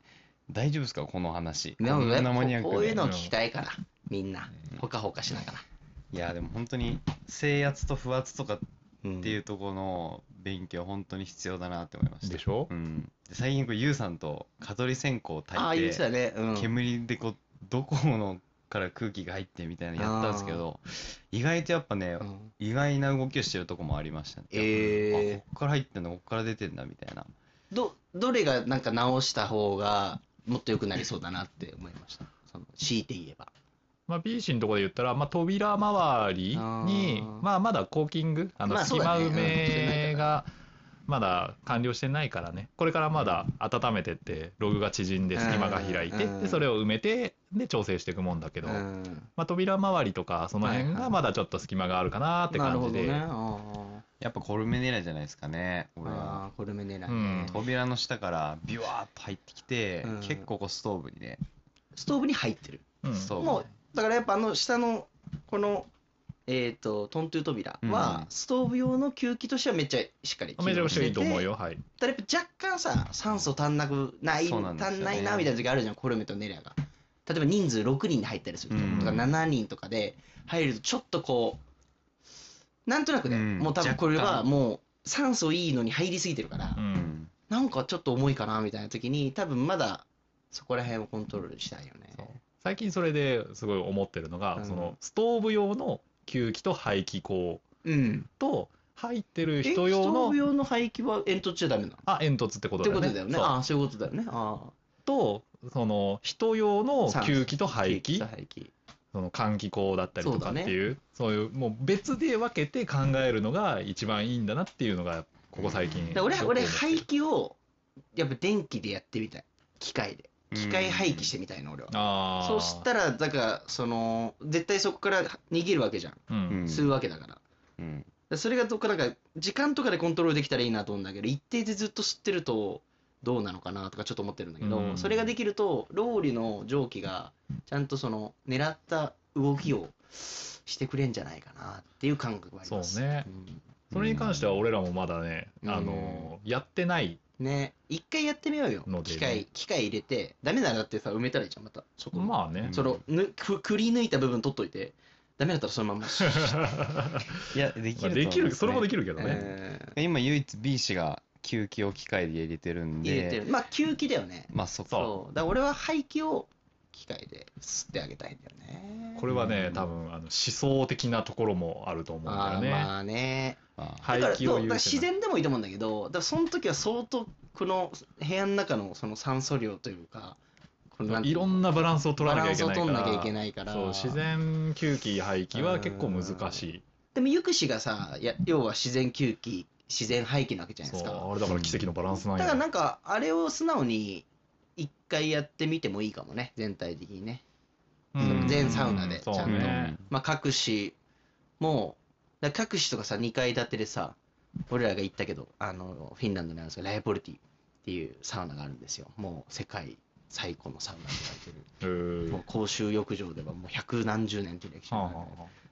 [SPEAKER 3] 大丈夫ですかこの話。
[SPEAKER 2] でも
[SPEAKER 3] こんなマニア
[SPEAKER 2] ね、
[SPEAKER 3] ック
[SPEAKER 2] こ
[SPEAKER 3] な
[SPEAKER 2] うこういうのを聞きたいから、みんな、ほかほかしながら。
[SPEAKER 3] いや、でも本当に、制圧と不圧とか
[SPEAKER 2] うん
[SPEAKER 3] っていうところの勉強、本当に必要だなって思いました。
[SPEAKER 4] でしょ
[SPEAKER 3] うん。で最近、こう、ゆうさんと、蚊取り線香を
[SPEAKER 2] ああ、
[SPEAKER 3] 焚
[SPEAKER 2] 言
[SPEAKER 3] い
[SPEAKER 2] ってた
[SPEAKER 3] て、
[SPEAKER 2] ね。うん
[SPEAKER 3] 煙でこう、どこのから空気が入ってみたいなのやったんですけど、意外とやっぱね
[SPEAKER 2] う、ん
[SPEAKER 3] 意外な動きをしてるとこもありましたね。
[SPEAKER 2] えー
[SPEAKER 3] あ、こっから入ってんだ、こっから出てんだ、みたいな。
[SPEAKER 2] ど、どれがなんか直した方が、もっと良くなりそうだなって思いました。その強いて言えば。
[SPEAKER 4] まあ、B 氏のところで言ったら、まあ、扉周りに
[SPEAKER 2] あー
[SPEAKER 4] まあ、まだコーキングあの
[SPEAKER 2] まあそう
[SPEAKER 4] 隙
[SPEAKER 2] だね
[SPEAKER 4] 間埋めがまだ完了してないからねこれからまだ温めてってログが縮んで隙間が開いて
[SPEAKER 2] うん
[SPEAKER 4] でそれを埋めてで調整していくもんだけど、
[SPEAKER 2] う
[SPEAKER 4] ま
[SPEAKER 2] ん
[SPEAKER 4] あ、扉周りとかその辺
[SPEAKER 2] はいは
[SPEAKER 4] が
[SPEAKER 2] い
[SPEAKER 4] まだちょっと隙間があるかなって
[SPEAKER 2] なる
[SPEAKER 4] 感
[SPEAKER 2] ほ
[SPEAKER 4] じ
[SPEAKER 2] ど
[SPEAKER 4] で、
[SPEAKER 2] ね。あ
[SPEAKER 3] やっぱコルメネラじゃないですかね、
[SPEAKER 2] ー
[SPEAKER 3] 俺は。
[SPEAKER 2] あー、コルメネラ
[SPEAKER 4] うん
[SPEAKER 2] ね。
[SPEAKER 3] 扉の下からビュワーッと入ってきて、
[SPEAKER 2] うん
[SPEAKER 3] 結構こうストーブにね、
[SPEAKER 2] ストーブに入ってる。
[SPEAKER 4] うん
[SPEAKER 3] ストーブ
[SPEAKER 2] もうだからやっぱあの下のこのえっ、とトントゥ扉
[SPEAKER 3] うん
[SPEAKER 2] はストーブ用の吸気としてはめっちゃしっかり
[SPEAKER 4] めちゃくちゃいいと思う
[SPEAKER 2] よ
[SPEAKER 4] よはい
[SPEAKER 2] だからやっぱ若干さ酸素足んなくない
[SPEAKER 3] そうなんですよ
[SPEAKER 2] 足
[SPEAKER 3] ね
[SPEAKER 2] んないなみたいな時あるじゃんコルメとネリアが例えば人数6人で入ったりすると、
[SPEAKER 3] うん
[SPEAKER 2] とか7人とかで入るとちょっとこうなんとなくね、
[SPEAKER 3] うん
[SPEAKER 2] もう多分これ
[SPEAKER 3] 若
[SPEAKER 2] は
[SPEAKER 3] 干
[SPEAKER 2] もう酸素いいのに入りすぎてるから、
[SPEAKER 4] う
[SPEAKER 3] うんん
[SPEAKER 2] なんかちょっと重いかなみたいな時に多分まだそこら辺をコントロールしたいよね
[SPEAKER 4] そう最近それですごい思ってるのが、
[SPEAKER 2] うん
[SPEAKER 4] そのストーブ用の吸気と排気口
[SPEAKER 2] うん
[SPEAKER 4] と入ってる
[SPEAKER 2] え
[SPEAKER 4] 人用の
[SPEAKER 2] 人用の排気は煙突じゃダメなの
[SPEAKER 4] あ煙突ってこと
[SPEAKER 2] って
[SPEAKER 4] だよ
[SPEAKER 2] こ
[SPEAKER 4] ね
[SPEAKER 2] とだよね。
[SPEAKER 4] そう
[SPEAKER 2] ああ、そういうことだよね。あ
[SPEAKER 4] とその人用の
[SPEAKER 2] 酸素
[SPEAKER 4] 吸気と
[SPEAKER 2] あ。
[SPEAKER 4] 排気
[SPEAKER 2] と排気。
[SPEAKER 4] その換気口だったりとかっていうそう,、いうもう別で分けて考えるのが一番いいんだなっていうのがここ最
[SPEAKER 2] だ
[SPEAKER 4] 近
[SPEAKER 2] から俺
[SPEAKER 4] す
[SPEAKER 2] は、
[SPEAKER 4] ごく
[SPEAKER 2] 俺、
[SPEAKER 4] 思ってる
[SPEAKER 2] 排気を、やっぱ電気でやってみたい。機械で。機械廃棄してみたいの、俺は。
[SPEAKER 4] ああ
[SPEAKER 2] そうしたら、だから、その、絶対そこから逃げるわけじゃん。
[SPEAKER 4] うん、
[SPEAKER 3] うん
[SPEAKER 2] 吸うわけだから。
[SPEAKER 3] うん
[SPEAKER 2] でそれがどっかなんか時間とかでコントロールできたらいいなと思うんだけど一定でずっと吸ってるとどうなのかなとかちょっと思ってるんだけど、
[SPEAKER 4] うん
[SPEAKER 2] それができるとロウリュの蒸気がちゃんとその狙った動きをしてくれんじゃないかなっていう感覚はあります
[SPEAKER 4] そうね
[SPEAKER 2] ん
[SPEAKER 4] それに関しては俺らもまだね、
[SPEAKER 2] うん
[SPEAKER 4] あのやってない
[SPEAKER 2] ね一回やってみようよ
[SPEAKER 4] のでね
[SPEAKER 2] 機械機械入れてダメならだってさ埋めたらいいじゃんまたそこ、
[SPEAKER 4] まあね、
[SPEAKER 2] そのぬくくり抜いた部分取っといてダメだったらそ
[SPEAKER 4] (laughs)
[SPEAKER 2] のまんま、
[SPEAKER 3] いや、でき
[SPEAKER 4] まあ
[SPEAKER 3] る。
[SPEAKER 4] (laughs) できるそれもで
[SPEAKER 3] き
[SPEAKER 4] きるけどね、
[SPEAKER 2] えー
[SPEAKER 3] る。今、唯一 B 氏が吸気を機械で入れてるんで、
[SPEAKER 2] 入れてるまあ吸気だよね
[SPEAKER 3] まあ、そこ。
[SPEAKER 2] そう。だから俺は廃棄を機械で吸ってあげたいんだよね。
[SPEAKER 4] これはね
[SPEAKER 3] うん
[SPEAKER 4] 多分あの思想的なところもあると思うんだ
[SPEAKER 2] あ
[SPEAKER 4] よ
[SPEAKER 2] あ
[SPEAKER 4] ね、
[SPEAKER 2] まあね。
[SPEAKER 3] まあ
[SPEAKER 4] 排
[SPEAKER 2] だから
[SPEAKER 4] 気を
[SPEAKER 2] どうだ
[SPEAKER 4] 優
[SPEAKER 2] から
[SPEAKER 4] 先
[SPEAKER 2] 自然でもいいと思うんだけど、だからその時は相当この部屋の中のその酸素量というか、このなんて
[SPEAKER 4] いろんなバランスを取ら
[SPEAKER 2] バ
[SPEAKER 4] なき
[SPEAKER 2] ラ
[SPEAKER 4] ゃい
[SPEAKER 2] ンス
[SPEAKER 4] け
[SPEAKER 2] を
[SPEAKER 4] ないか
[SPEAKER 2] 取ん
[SPEAKER 4] ら
[SPEAKER 2] なきゃいけないから。
[SPEAKER 4] そう自然吸気排気は結構難しい
[SPEAKER 2] でもゆくしがさ、や要は自然吸気、自然廃棄なわけじゃないで
[SPEAKER 4] そ
[SPEAKER 2] す
[SPEAKER 4] う
[SPEAKER 2] か。
[SPEAKER 4] あれだから奇跡のバランスなん
[SPEAKER 2] だから
[SPEAKER 4] や
[SPEAKER 2] なんかあれを素直に一回やってみてもいいかもね、全体的にね。
[SPEAKER 4] うん
[SPEAKER 2] 全サウナで
[SPEAKER 4] そう
[SPEAKER 2] ちゃんと
[SPEAKER 4] ね
[SPEAKER 2] まあ、各市もう、だから各市とかさ、2階建てでさ、俺らが行ったけど、あの、フィンランドにあるんですけど、ライポルティっていうサウナがあるんですよ。もう世界最古のサウナって言われて
[SPEAKER 4] へー
[SPEAKER 2] る。もう公衆浴場ではもう百何十年という歴史
[SPEAKER 4] は
[SPEAKER 2] が
[SPEAKER 4] あ
[SPEAKER 2] あ
[SPEAKER 4] は
[SPEAKER 2] る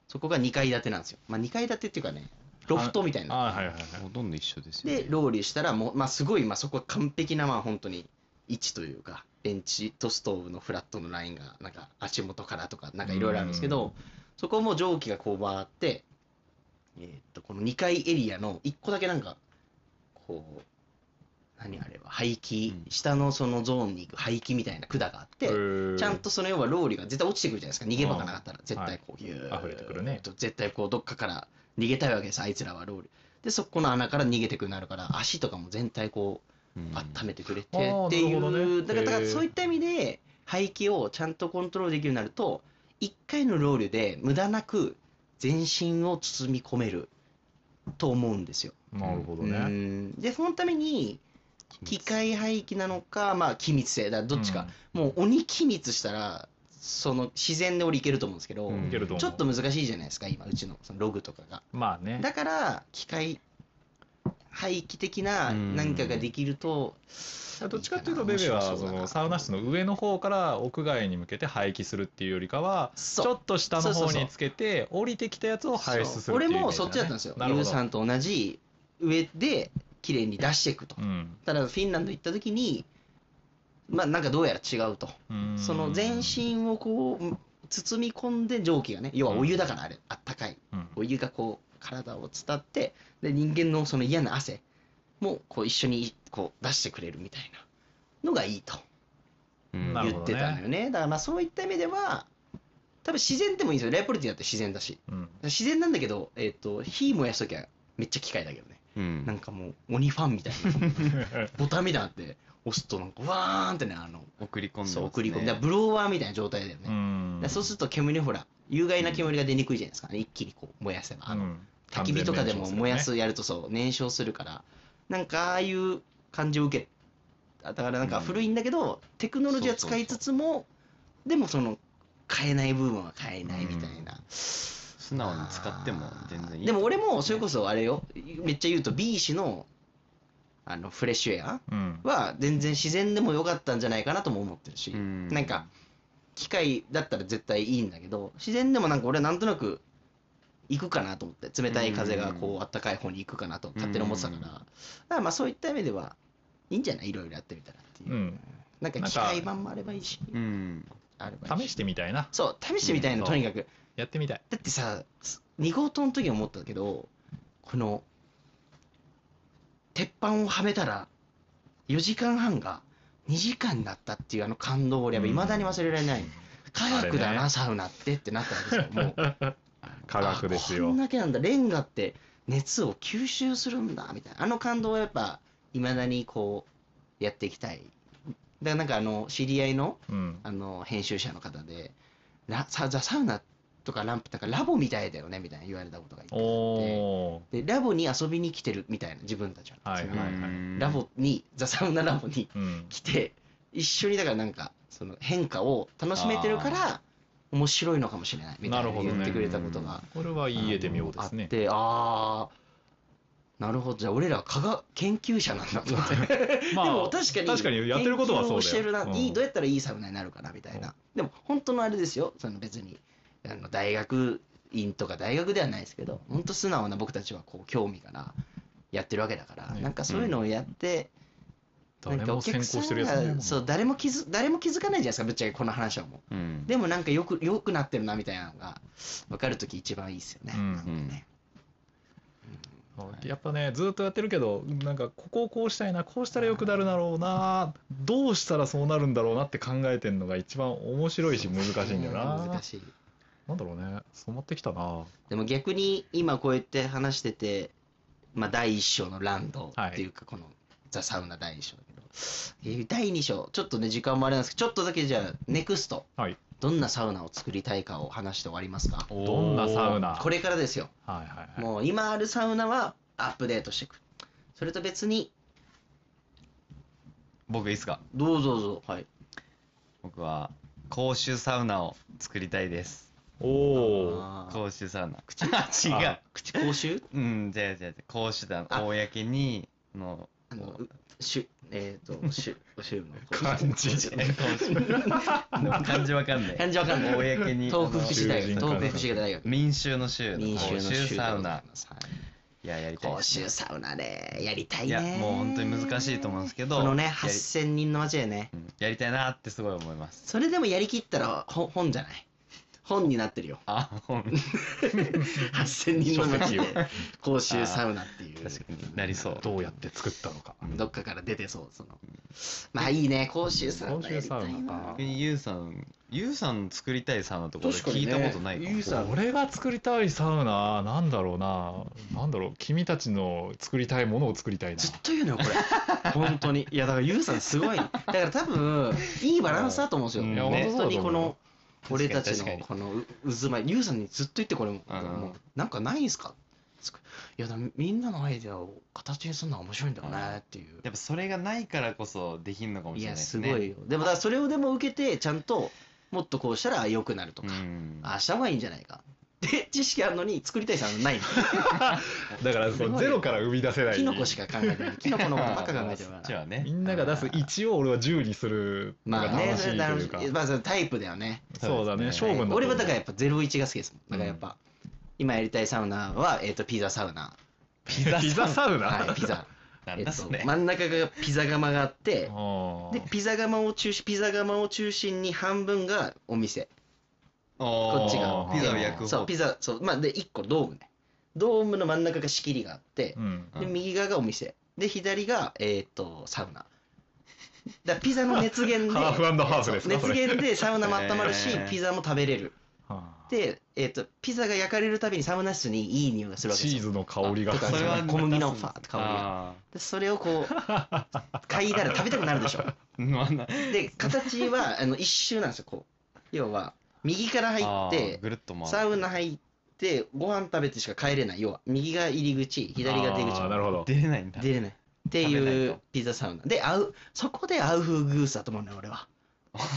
[SPEAKER 2] そこが2階建てなんですよ。まあ2階建てっていうかね、ロフトみたい
[SPEAKER 4] あは
[SPEAKER 2] な。
[SPEAKER 4] ああはいはいはい
[SPEAKER 3] ほとんど一緒ですよ、ね。
[SPEAKER 2] で、ローリーしたら、もう、まあすごい、まあそこは完璧な、まあ本当に位置というか、ベンチとストーブのフラットのラインが、なんか足元からとか、なんかいろいろあるんですけど、そこも蒸気がこう回って、えーっと、この2階エリアの1個だけなんか、こう、何あれは、排気、
[SPEAKER 3] うん
[SPEAKER 2] 下のそのゾーンに行く排気みたいな管があって、
[SPEAKER 4] うん
[SPEAKER 2] ちゃんとその要はローリが絶対落ちてくるじゃないですか、逃げ場がなかったら、絶対こう、ぎゅーっ
[SPEAKER 4] 溢れてくるね
[SPEAKER 2] と絶対こう、どっかから逃げたいわけです、あいつらはローリ。で、そこの穴から逃げてくるようになるから、足とかも全体こう、
[SPEAKER 3] うん
[SPEAKER 2] 温めてくれて
[SPEAKER 4] あー
[SPEAKER 2] ってい
[SPEAKER 4] なるほど
[SPEAKER 2] う、
[SPEAKER 4] ね
[SPEAKER 2] だからだか
[SPEAKER 4] へ
[SPEAKER 2] ら
[SPEAKER 4] ー
[SPEAKER 2] そういった意味で排気をちゃんとコントロールできるようになると1回のロールで無駄なく全身を包み込めると思うんですよ。
[SPEAKER 4] なるほど
[SPEAKER 2] う
[SPEAKER 4] ね
[SPEAKER 2] んでそのために機械排気なのか、まあ、気密性だからどっちか、もう鬼気密したらその自然で俺いけると思うんですけど、
[SPEAKER 3] うん
[SPEAKER 4] いけると思う
[SPEAKER 2] ちょっと難しいじゃないですか今うちのそのログとかが。
[SPEAKER 4] まあね
[SPEAKER 2] だから機械廃棄的な
[SPEAKER 3] うん
[SPEAKER 2] 何かができると、
[SPEAKER 4] どっちかっていうとベベはそのサウナ室の上の方から屋外に向けて排気するっていうよりかはち
[SPEAKER 2] そう
[SPEAKER 4] ょっと下の
[SPEAKER 2] そう
[SPEAKER 4] 方
[SPEAKER 2] そうそう
[SPEAKER 4] につけて降りてきたやつを排出す
[SPEAKER 2] そう
[SPEAKER 4] るってい
[SPEAKER 2] 俺
[SPEAKER 4] うイメージだ
[SPEAKER 2] もそ
[SPEAKER 4] ね
[SPEAKER 2] っちだったんですよ
[SPEAKER 4] なるほ
[SPEAKER 2] YOU
[SPEAKER 4] ど
[SPEAKER 2] さんと同じ上で綺麗に出していくと、
[SPEAKER 4] うん
[SPEAKER 2] ただフィンランド行った時にまあなんかどうやら違うと、
[SPEAKER 4] うん
[SPEAKER 2] その全身をこう包み込んで蒸気がね要はお湯だからあれ、あったかい
[SPEAKER 4] うん
[SPEAKER 2] お湯がこう体を伝ってで人間のその嫌な汗もこう一緒にこう出してくれるみたいなのがいいと
[SPEAKER 3] うん
[SPEAKER 4] なる
[SPEAKER 2] 言
[SPEAKER 4] ほど
[SPEAKER 2] ってたのよねだからまあそういった意味では多分自然でもいいんですよレイポリティだって自然だし
[SPEAKER 4] うん
[SPEAKER 2] 自然なんだけど、えっと火燃やしときゃめっちゃ機械だけどね
[SPEAKER 3] うん
[SPEAKER 2] なんかもう鬼ファンみたいな
[SPEAKER 4] (laughs)
[SPEAKER 2] ボタンみたいなのあって押すとなんかわーんってねあの
[SPEAKER 3] 送り込んでます
[SPEAKER 2] そう
[SPEAKER 3] ね
[SPEAKER 2] 送り込むだからブロワーみたいな状態だよね、
[SPEAKER 4] う
[SPEAKER 2] だか
[SPEAKER 4] ん
[SPEAKER 2] らそうすると煙ほら有害な煙が出にくいじゃないですか、一気にこう燃やせばあの、
[SPEAKER 4] うん
[SPEAKER 2] 焚き火とかでも燃や
[SPEAKER 4] 完
[SPEAKER 2] すやるとそう燃焼するからなんかああいう感じを受けあだからなんか古いんだけど、テクノロジーは使いつつもでもその変えない部分は変えないみたいな、
[SPEAKER 3] 素直に使っても全然いい
[SPEAKER 2] でも俺もそれこそあれよめっちゃ言うと B 氏のあのフレッシュエア
[SPEAKER 4] 全燃焼するね
[SPEAKER 2] は全然自然でも良かったんじゃないかなとも思ってるし、
[SPEAKER 3] うん
[SPEAKER 2] なんか機械だったら絶対いいんだけど自然でもなんか俺はなんとなく行くかなと思って冷たい風がこうあったかい方に行くかなと勝手に思ってたから、
[SPEAKER 3] うん
[SPEAKER 2] だからまあそういった意味ではいいんじゃないいろいろやってみたらっていう、
[SPEAKER 4] うん
[SPEAKER 2] なんか機械版もあればいいし
[SPEAKER 3] うん
[SPEAKER 2] あれば
[SPEAKER 4] う
[SPEAKER 2] い
[SPEAKER 4] ん
[SPEAKER 2] い
[SPEAKER 4] 試してみたいな
[SPEAKER 2] そう試してみたいの、
[SPEAKER 4] うん
[SPEAKER 2] とにかく
[SPEAKER 4] やってみたい
[SPEAKER 2] だってさ2号棟の時思ったけどこの鉄板をはめたら4時間半が2時間になったっていうあの感動を俺はいまだに忘れられない、科学だ
[SPEAKER 4] あれ
[SPEAKER 2] な、
[SPEAKER 4] ね (laughs)
[SPEAKER 2] サウナってってなったわけですよもう
[SPEAKER 4] 科学です
[SPEAKER 2] あこ
[SPEAKER 4] よ
[SPEAKER 2] んだけなんだレンガって熱を吸収するんだみたいなあの感動はやっぱいまだにこうやっていきたいだからなんかあの知り合いの
[SPEAKER 4] うん。
[SPEAKER 2] あの編集者の方でラサザサウナとかランプとかラボみたいだよねみたいな言われたことが一回あ
[SPEAKER 4] おー。
[SPEAKER 2] ってでラボに遊びに来てるみたいな自分たちは、
[SPEAKER 4] はいはいはい
[SPEAKER 3] うん
[SPEAKER 2] ラボにザサウナラボに
[SPEAKER 4] うん。
[SPEAKER 2] 来て一緒にだからなんかその変化を楽しめてるから面白いのかもしれないみたいな
[SPEAKER 4] なるほどね
[SPEAKER 2] 言ってくれたことが
[SPEAKER 4] これはいい絵で見ようで
[SPEAKER 2] あ
[SPEAKER 4] す
[SPEAKER 2] っ
[SPEAKER 4] ね。
[SPEAKER 2] てあーなるほどじゃあ俺らは科学研究者なんだと思って
[SPEAKER 4] ま
[SPEAKER 2] でも確かに
[SPEAKER 4] 確かにやってることはそうだ
[SPEAKER 2] 研究
[SPEAKER 4] よ
[SPEAKER 2] をしてるな、
[SPEAKER 4] うん
[SPEAKER 2] いいどうやったらいいサウナになるかなみたいな、でも本当のあれですよその別にあの大学院とか大学ではないですけど本当素直な僕たちはこう興味からやってるわけだから、
[SPEAKER 4] ね
[SPEAKER 2] なんかそういうのをやって、
[SPEAKER 4] 誰も先行してるやつ
[SPEAKER 2] なんかお客さ
[SPEAKER 4] ね
[SPEAKER 2] んがそう誰も気づ誰も気づかないじゃないですかぶっちゃけこの話はも
[SPEAKER 3] うん
[SPEAKER 2] うでもなんかよくよくなってるなみたいなのが分かるとき一番いいですよね、
[SPEAKER 4] うん
[SPEAKER 2] なんかね
[SPEAKER 4] やっぱねずっとやってるけどなんかここをこうしたいなこうしたらよくなるだろうなどうしたらそうなるんだろうなって考えてるのが一番面白いし難しいんだよな
[SPEAKER 2] 難しい
[SPEAKER 4] なんだろうね染まってきたな
[SPEAKER 2] でも逆に今こうやって話してて、まあ、第一章のランドっていうかこの「ザ・サウナ」第一章だけど、えー第二章ちょっとね時間もあれなんですけどちょっとだけじゃあネクスト
[SPEAKER 4] はい
[SPEAKER 2] どんなサウナを作りたいかを話して終わりますか
[SPEAKER 3] おー
[SPEAKER 4] どんなサウナ
[SPEAKER 2] これからですよ
[SPEAKER 4] はいはいはい
[SPEAKER 2] もう今あるサウナはアップデートしていく。それと別に、
[SPEAKER 3] 僕いいっすか
[SPEAKER 2] どうぞどうぞ。はい。
[SPEAKER 3] 僕は公衆サウナを作りたいです
[SPEAKER 4] おお
[SPEAKER 2] あー
[SPEAKER 3] 公衆サウナ口違う
[SPEAKER 2] 口口臭
[SPEAKER 3] うんじゃあじゃあ公衆だ
[SPEAKER 2] あ
[SPEAKER 3] 公にの
[SPEAKER 2] あの、うしゅ、えっ、ー、と、しゅ、しゅの。
[SPEAKER 4] 漢字
[SPEAKER 2] 口
[SPEAKER 3] え公衆漢字わかんない
[SPEAKER 2] 漢字わかんない
[SPEAKER 3] 公に
[SPEAKER 2] 東北福祉大
[SPEAKER 4] あ
[SPEAKER 2] 学、
[SPEAKER 4] の
[SPEAKER 2] 東北福祉大学。
[SPEAKER 3] 民衆の衆
[SPEAKER 2] 民衆の
[SPEAKER 3] 公衆
[SPEAKER 2] 衆
[SPEAKER 3] サウナ。
[SPEAKER 2] はい
[SPEAKER 3] いややりたい
[SPEAKER 2] 公
[SPEAKER 3] ですね
[SPEAKER 2] 衆サウナね、やりたい
[SPEAKER 3] いや
[SPEAKER 2] ね。
[SPEAKER 3] もう本当に難しいと思うんですけど
[SPEAKER 2] このね、
[SPEAKER 3] やり
[SPEAKER 2] 8000人の街でね
[SPEAKER 3] う。んやりたいなってすごい思います
[SPEAKER 2] それでもやりきったらほ本じゃない。本になってるよ。
[SPEAKER 3] あほん
[SPEAKER 2] 8000人の街で、公衆サウナっていう。
[SPEAKER 3] 確かになりそう
[SPEAKER 4] どうやって作ったのか
[SPEAKER 2] どっかから出てそう、その。まあいいね、甲州サウナやりたいな。
[SPEAKER 4] 甲州サウナか
[SPEAKER 3] 逆にゆうさんゆうさん作りたいサウナとか俺聞いたことないかも
[SPEAKER 2] ゆうさん、
[SPEAKER 4] 俺が作りたいサウナなんだろうななんだろう君たちの作りたいものを作りたいな
[SPEAKER 2] ずっと言うのよ、こ
[SPEAKER 3] (laughs)
[SPEAKER 2] れ。本当に。いや、だからゆうさんすごい。だから多分、いいバランスだと思うんですよ。
[SPEAKER 3] うんいや
[SPEAKER 2] 本当にこの、
[SPEAKER 3] 本当
[SPEAKER 2] 俺
[SPEAKER 3] そうだ
[SPEAKER 2] た
[SPEAKER 3] と
[SPEAKER 2] ち
[SPEAKER 3] 思う
[SPEAKER 2] のこのう渦巻い、ゆうさんにずっと言ってこれも、
[SPEAKER 3] うん
[SPEAKER 2] もうなんかないんすかつくいや、でもみんなのアイデアを形にするのは面白いんだよねっていう。
[SPEAKER 3] やっぱそれがないからこそできんのかも
[SPEAKER 2] い
[SPEAKER 3] しれな
[SPEAKER 2] や、
[SPEAKER 3] いです
[SPEAKER 2] す
[SPEAKER 3] ね
[SPEAKER 2] ごいよ。でも、だからそれをでも受けて、ちゃんと、もっとこうしたら良くなると
[SPEAKER 3] う
[SPEAKER 2] か、
[SPEAKER 3] ん
[SPEAKER 2] ああした方がいいんじゃないか。で、知識あるのに作りたいサウナないの。
[SPEAKER 4] だからそのゼロから生み出せない
[SPEAKER 2] キノコしか考えてない。キノコのことばっか考えてる
[SPEAKER 3] まあそ
[SPEAKER 2] か
[SPEAKER 3] っち
[SPEAKER 2] ら。
[SPEAKER 3] はね
[SPEAKER 4] みんなが出す1を俺は10にするの
[SPEAKER 2] ま
[SPEAKER 4] が
[SPEAKER 2] あね、
[SPEAKER 4] 楽し
[SPEAKER 2] そ
[SPEAKER 4] い
[SPEAKER 2] れ
[SPEAKER 4] と
[SPEAKER 2] 楽
[SPEAKER 4] い
[SPEAKER 2] し
[SPEAKER 4] うか、
[SPEAKER 2] い。まあ、そのタイプだよね。
[SPEAKER 4] そうだね
[SPEAKER 3] そう
[SPEAKER 4] 勝負にな
[SPEAKER 2] 俺はだからやっぱ01が好きですもん。だからやっぱ、今やりたいサウナは、えっと、ピザサウナ。
[SPEAKER 3] ピザ
[SPEAKER 4] ピザサウナ、
[SPEAKER 2] はい、ピ
[SPEAKER 4] (laughs)
[SPEAKER 2] ザ。
[SPEAKER 3] な
[SPEAKER 2] え
[SPEAKER 3] ん
[SPEAKER 2] っ
[SPEAKER 3] だ
[SPEAKER 2] と
[SPEAKER 3] それ、
[SPEAKER 2] 真ん中がピザ窯があって、
[SPEAKER 4] あ
[SPEAKER 2] で、ピザ窯を中心、ピザ窯を中心に半分がお店。
[SPEAKER 3] こ
[SPEAKER 2] っち
[SPEAKER 4] が
[SPEAKER 3] ピザを焼く方
[SPEAKER 2] そう、ピザ、そう、まあ、で、1個ドームね。ドームの真ん中が仕切りがあって
[SPEAKER 4] う、ん、
[SPEAKER 2] で
[SPEAKER 3] うん
[SPEAKER 2] 右側がお店で左が、えーっとサウナだからピザの熱源で
[SPEAKER 4] (laughs) ハーフハーフですか
[SPEAKER 2] そう熱源でサウナも温まる
[SPEAKER 4] (laughs)
[SPEAKER 2] し、
[SPEAKER 3] へー
[SPEAKER 2] ピザも食べれるで、えーっとピザが焼かれるたびにサウナ室にいい匂いがするわけ
[SPEAKER 4] チ
[SPEAKER 2] です
[SPEAKER 4] ー
[SPEAKER 2] よ
[SPEAKER 4] ズの香りが
[SPEAKER 2] あとか
[SPEAKER 3] それは
[SPEAKER 2] 小麦のファーって香りが
[SPEAKER 3] あ
[SPEAKER 2] でそれをこ
[SPEAKER 4] (laughs)
[SPEAKER 2] う嗅いだら食べたくなるでしょ
[SPEAKER 3] ーまあな
[SPEAKER 2] で形はあの一周なんですよこう要は右から入っ
[SPEAKER 3] あー
[SPEAKER 2] て
[SPEAKER 3] ぐるっと回る
[SPEAKER 2] サウナ入ってご飯食べてしか帰れない要は右が入り口左が出
[SPEAKER 4] あー
[SPEAKER 2] 口
[SPEAKER 4] なるほど
[SPEAKER 3] 出れないんだ (laughs)
[SPEAKER 2] 出れないって
[SPEAKER 3] 食べないいうと
[SPEAKER 2] ピザサウナで合うそこで合う風グースだと思うね俺は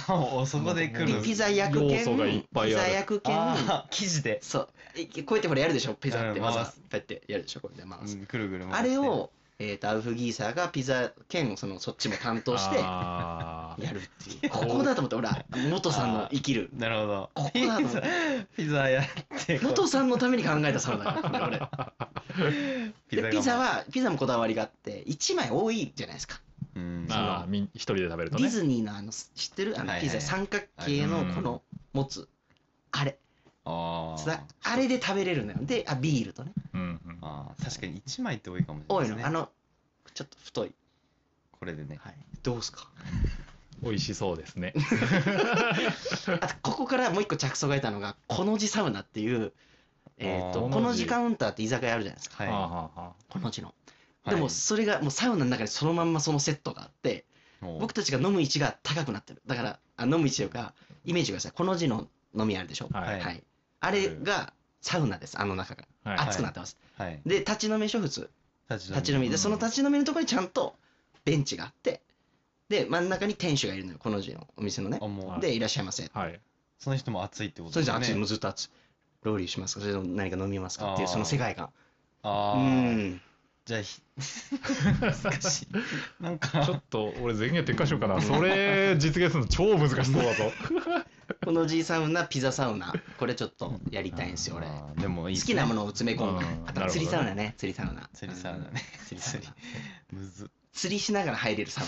[SPEAKER 3] おそこで来
[SPEAKER 2] で
[SPEAKER 3] る
[SPEAKER 2] ピザ焼く
[SPEAKER 4] 要素がいっ
[SPEAKER 2] 券
[SPEAKER 4] ぱいある
[SPEAKER 2] ピザ焼く券
[SPEAKER 3] あー生地で、
[SPEAKER 2] そうえこうやってほらやるでしょピザって
[SPEAKER 3] うん
[SPEAKER 2] まず
[SPEAKER 3] 回
[SPEAKER 2] こ
[SPEAKER 3] す
[SPEAKER 2] うやってやるでしょこれで
[SPEAKER 3] う
[SPEAKER 2] 回す
[SPEAKER 3] ん、くるぐる回
[SPEAKER 2] あ
[SPEAKER 3] って
[SPEAKER 2] れをえーとアウフギーサーがピザ券そのそっちも担当してや
[SPEAKER 4] あ
[SPEAKER 2] (laughs)
[SPEAKER 4] ー
[SPEAKER 2] るっていうここだと思って俺は元さんの生きる
[SPEAKER 3] なるほど
[SPEAKER 2] ここだと思って
[SPEAKER 3] ピザやってこう
[SPEAKER 2] 元さんのために考えたサウナだからこれ俺でピザ
[SPEAKER 3] が
[SPEAKER 2] はピザもこだわりがあって1枚多いじゃないですか
[SPEAKER 3] うん
[SPEAKER 2] あ
[SPEAKER 4] まあみん一人で食べると
[SPEAKER 2] ディ
[SPEAKER 4] ね
[SPEAKER 2] ズニーのあの知ってるあ
[SPEAKER 3] はいは
[SPEAKER 2] の
[SPEAKER 3] い
[SPEAKER 2] ピザ三角形のこの持つあれ
[SPEAKER 3] あー
[SPEAKER 2] さあれで食べれるのよであビールとね
[SPEAKER 4] うんうん
[SPEAKER 3] あー確かに一枚って多いかもしれ
[SPEAKER 2] 多
[SPEAKER 3] な
[SPEAKER 2] い
[SPEAKER 3] いです
[SPEAKER 2] の、
[SPEAKER 3] ね
[SPEAKER 2] あのちょっと太い、
[SPEAKER 3] これでね
[SPEAKER 2] はい、どうすか
[SPEAKER 4] 美味しそうですね
[SPEAKER 2] あとここからもう一個着想が得たのがこの字サウナっていうえー
[SPEAKER 3] あ
[SPEAKER 2] と
[SPEAKER 4] ー
[SPEAKER 2] この時カウンターって居酒屋あるじゃないですか
[SPEAKER 3] はい。
[SPEAKER 4] はあはあはあ
[SPEAKER 2] このちの
[SPEAKER 3] はい
[SPEAKER 2] でもそれがもうサウナの中にそのまんまそのセットがあって
[SPEAKER 3] もう
[SPEAKER 2] 僕たちが飲む位置が高くなってるだからあ飲む位置というかイメージくださいこの字の飲みあるでしょ
[SPEAKER 4] はい
[SPEAKER 2] はい、あれがサウナですあの中が
[SPEAKER 4] はい
[SPEAKER 2] 熱くなってます
[SPEAKER 3] はい。
[SPEAKER 2] で立ち飲みでしょ普通
[SPEAKER 3] 立
[SPEAKER 2] 立ち飲み
[SPEAKER 3] う
[SPEAKER 2] で
[SPEAKER 3] ん
[SPEAKER 2] その立ち飲みのところにちゃんとベンチがあってで真ん中に店主がいるのよこの字のお店のね
[SPEAKER 3] あ、も
[SPEAKER 4] は
[SPEAKER 3] う、
[SPEAKER 2] でいらっしゃいませ
[SPEAKER 4] はい
[SPEAKER 3] その人も熱いってこと
[SPEAKER 2] それじゃあ
[SPEAKER 3] ね
[SPEAKER 2] 熱いもうずっと熱いローリーしますかそれとも何か飲みますかっていう
[SPEAKER 3] あー
[SPEAKER 2] その世界観う
[SPEAKER 3] ああ。
[SPEAKER 2] ん
[SPEAKER 3] じゃあ、ひ難
[SPEAKER 2] (laughs)
[SPEAKER 3] しい。なん (laughs) か、
[SPEAKER 4] ちょっと俺全員転換しようかなそれ実現するの超難しそうだぞ
[SPEAKER 2] このじいサウナピザサウナこれちょっとやりたいんですよ俺
[SPEAKER 3] あーでもいいっ
[SPEAKER 2] 好
[SPEAKER 3] す
[SPEAKER 2] き
[SPEAKER 3] ね
[SPEAKER 2] なものを詰め込む
[SPEAKER 4] うん
[SPEAKER 2] あと釣りサウナね釣りサウナ
[SPEAKER 3] 釣りサウナ
[SPEAKER 2] うん
[SPEAKER 3] ね。
[SPEAKER 2] 釣りサウナ
[SPEAKER 3] むずっ。
[SPEAKER 2] 釣りしながら入れるサウ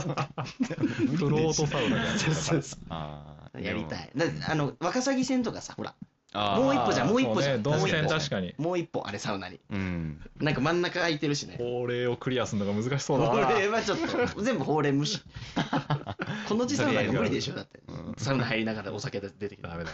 [SPEAKER 4] フロートサウナ
[SPEAKER 2] ナそうそうそ
[SPEAKER 3] あ (laughs) あ。
[SPEAKER 2] うやりたいだあのワカサギ船とかさほら
[SPEAKER 3] あー。
[SPEAKER 2] もう一歩じゃんもう一歩じゃ
[SPEAKER 4] そ
[SPEAKER 2] ん
[SPEAKER 4] ね動
[SPEAKER 2] もう一
[SPEAKER 4] 線
[SPEAKER 2] 歩
[SPEAKER 4] 確かに
[SPEAKER 2] もう一歩あれサウナに
[SPEAKER 3] うん。
[SPEAKER 2] なんか真ん中空いてるしね
[SPEAKER 4] これをクリアするのが難しそうだ
[SPEAKER 2] 法
[SPEAKER 4] な
[SPEAKER 2] 令はちょっと全部法令
[SPEAKER 3] (laughs)
[SPEAKER 2] 無視この時サウナが無理でしょだって
[SPEAKER 3] うん
[SPEAKER 2] サウナ入りながらお酒出てきた
[SPEAKER 4] ダメだ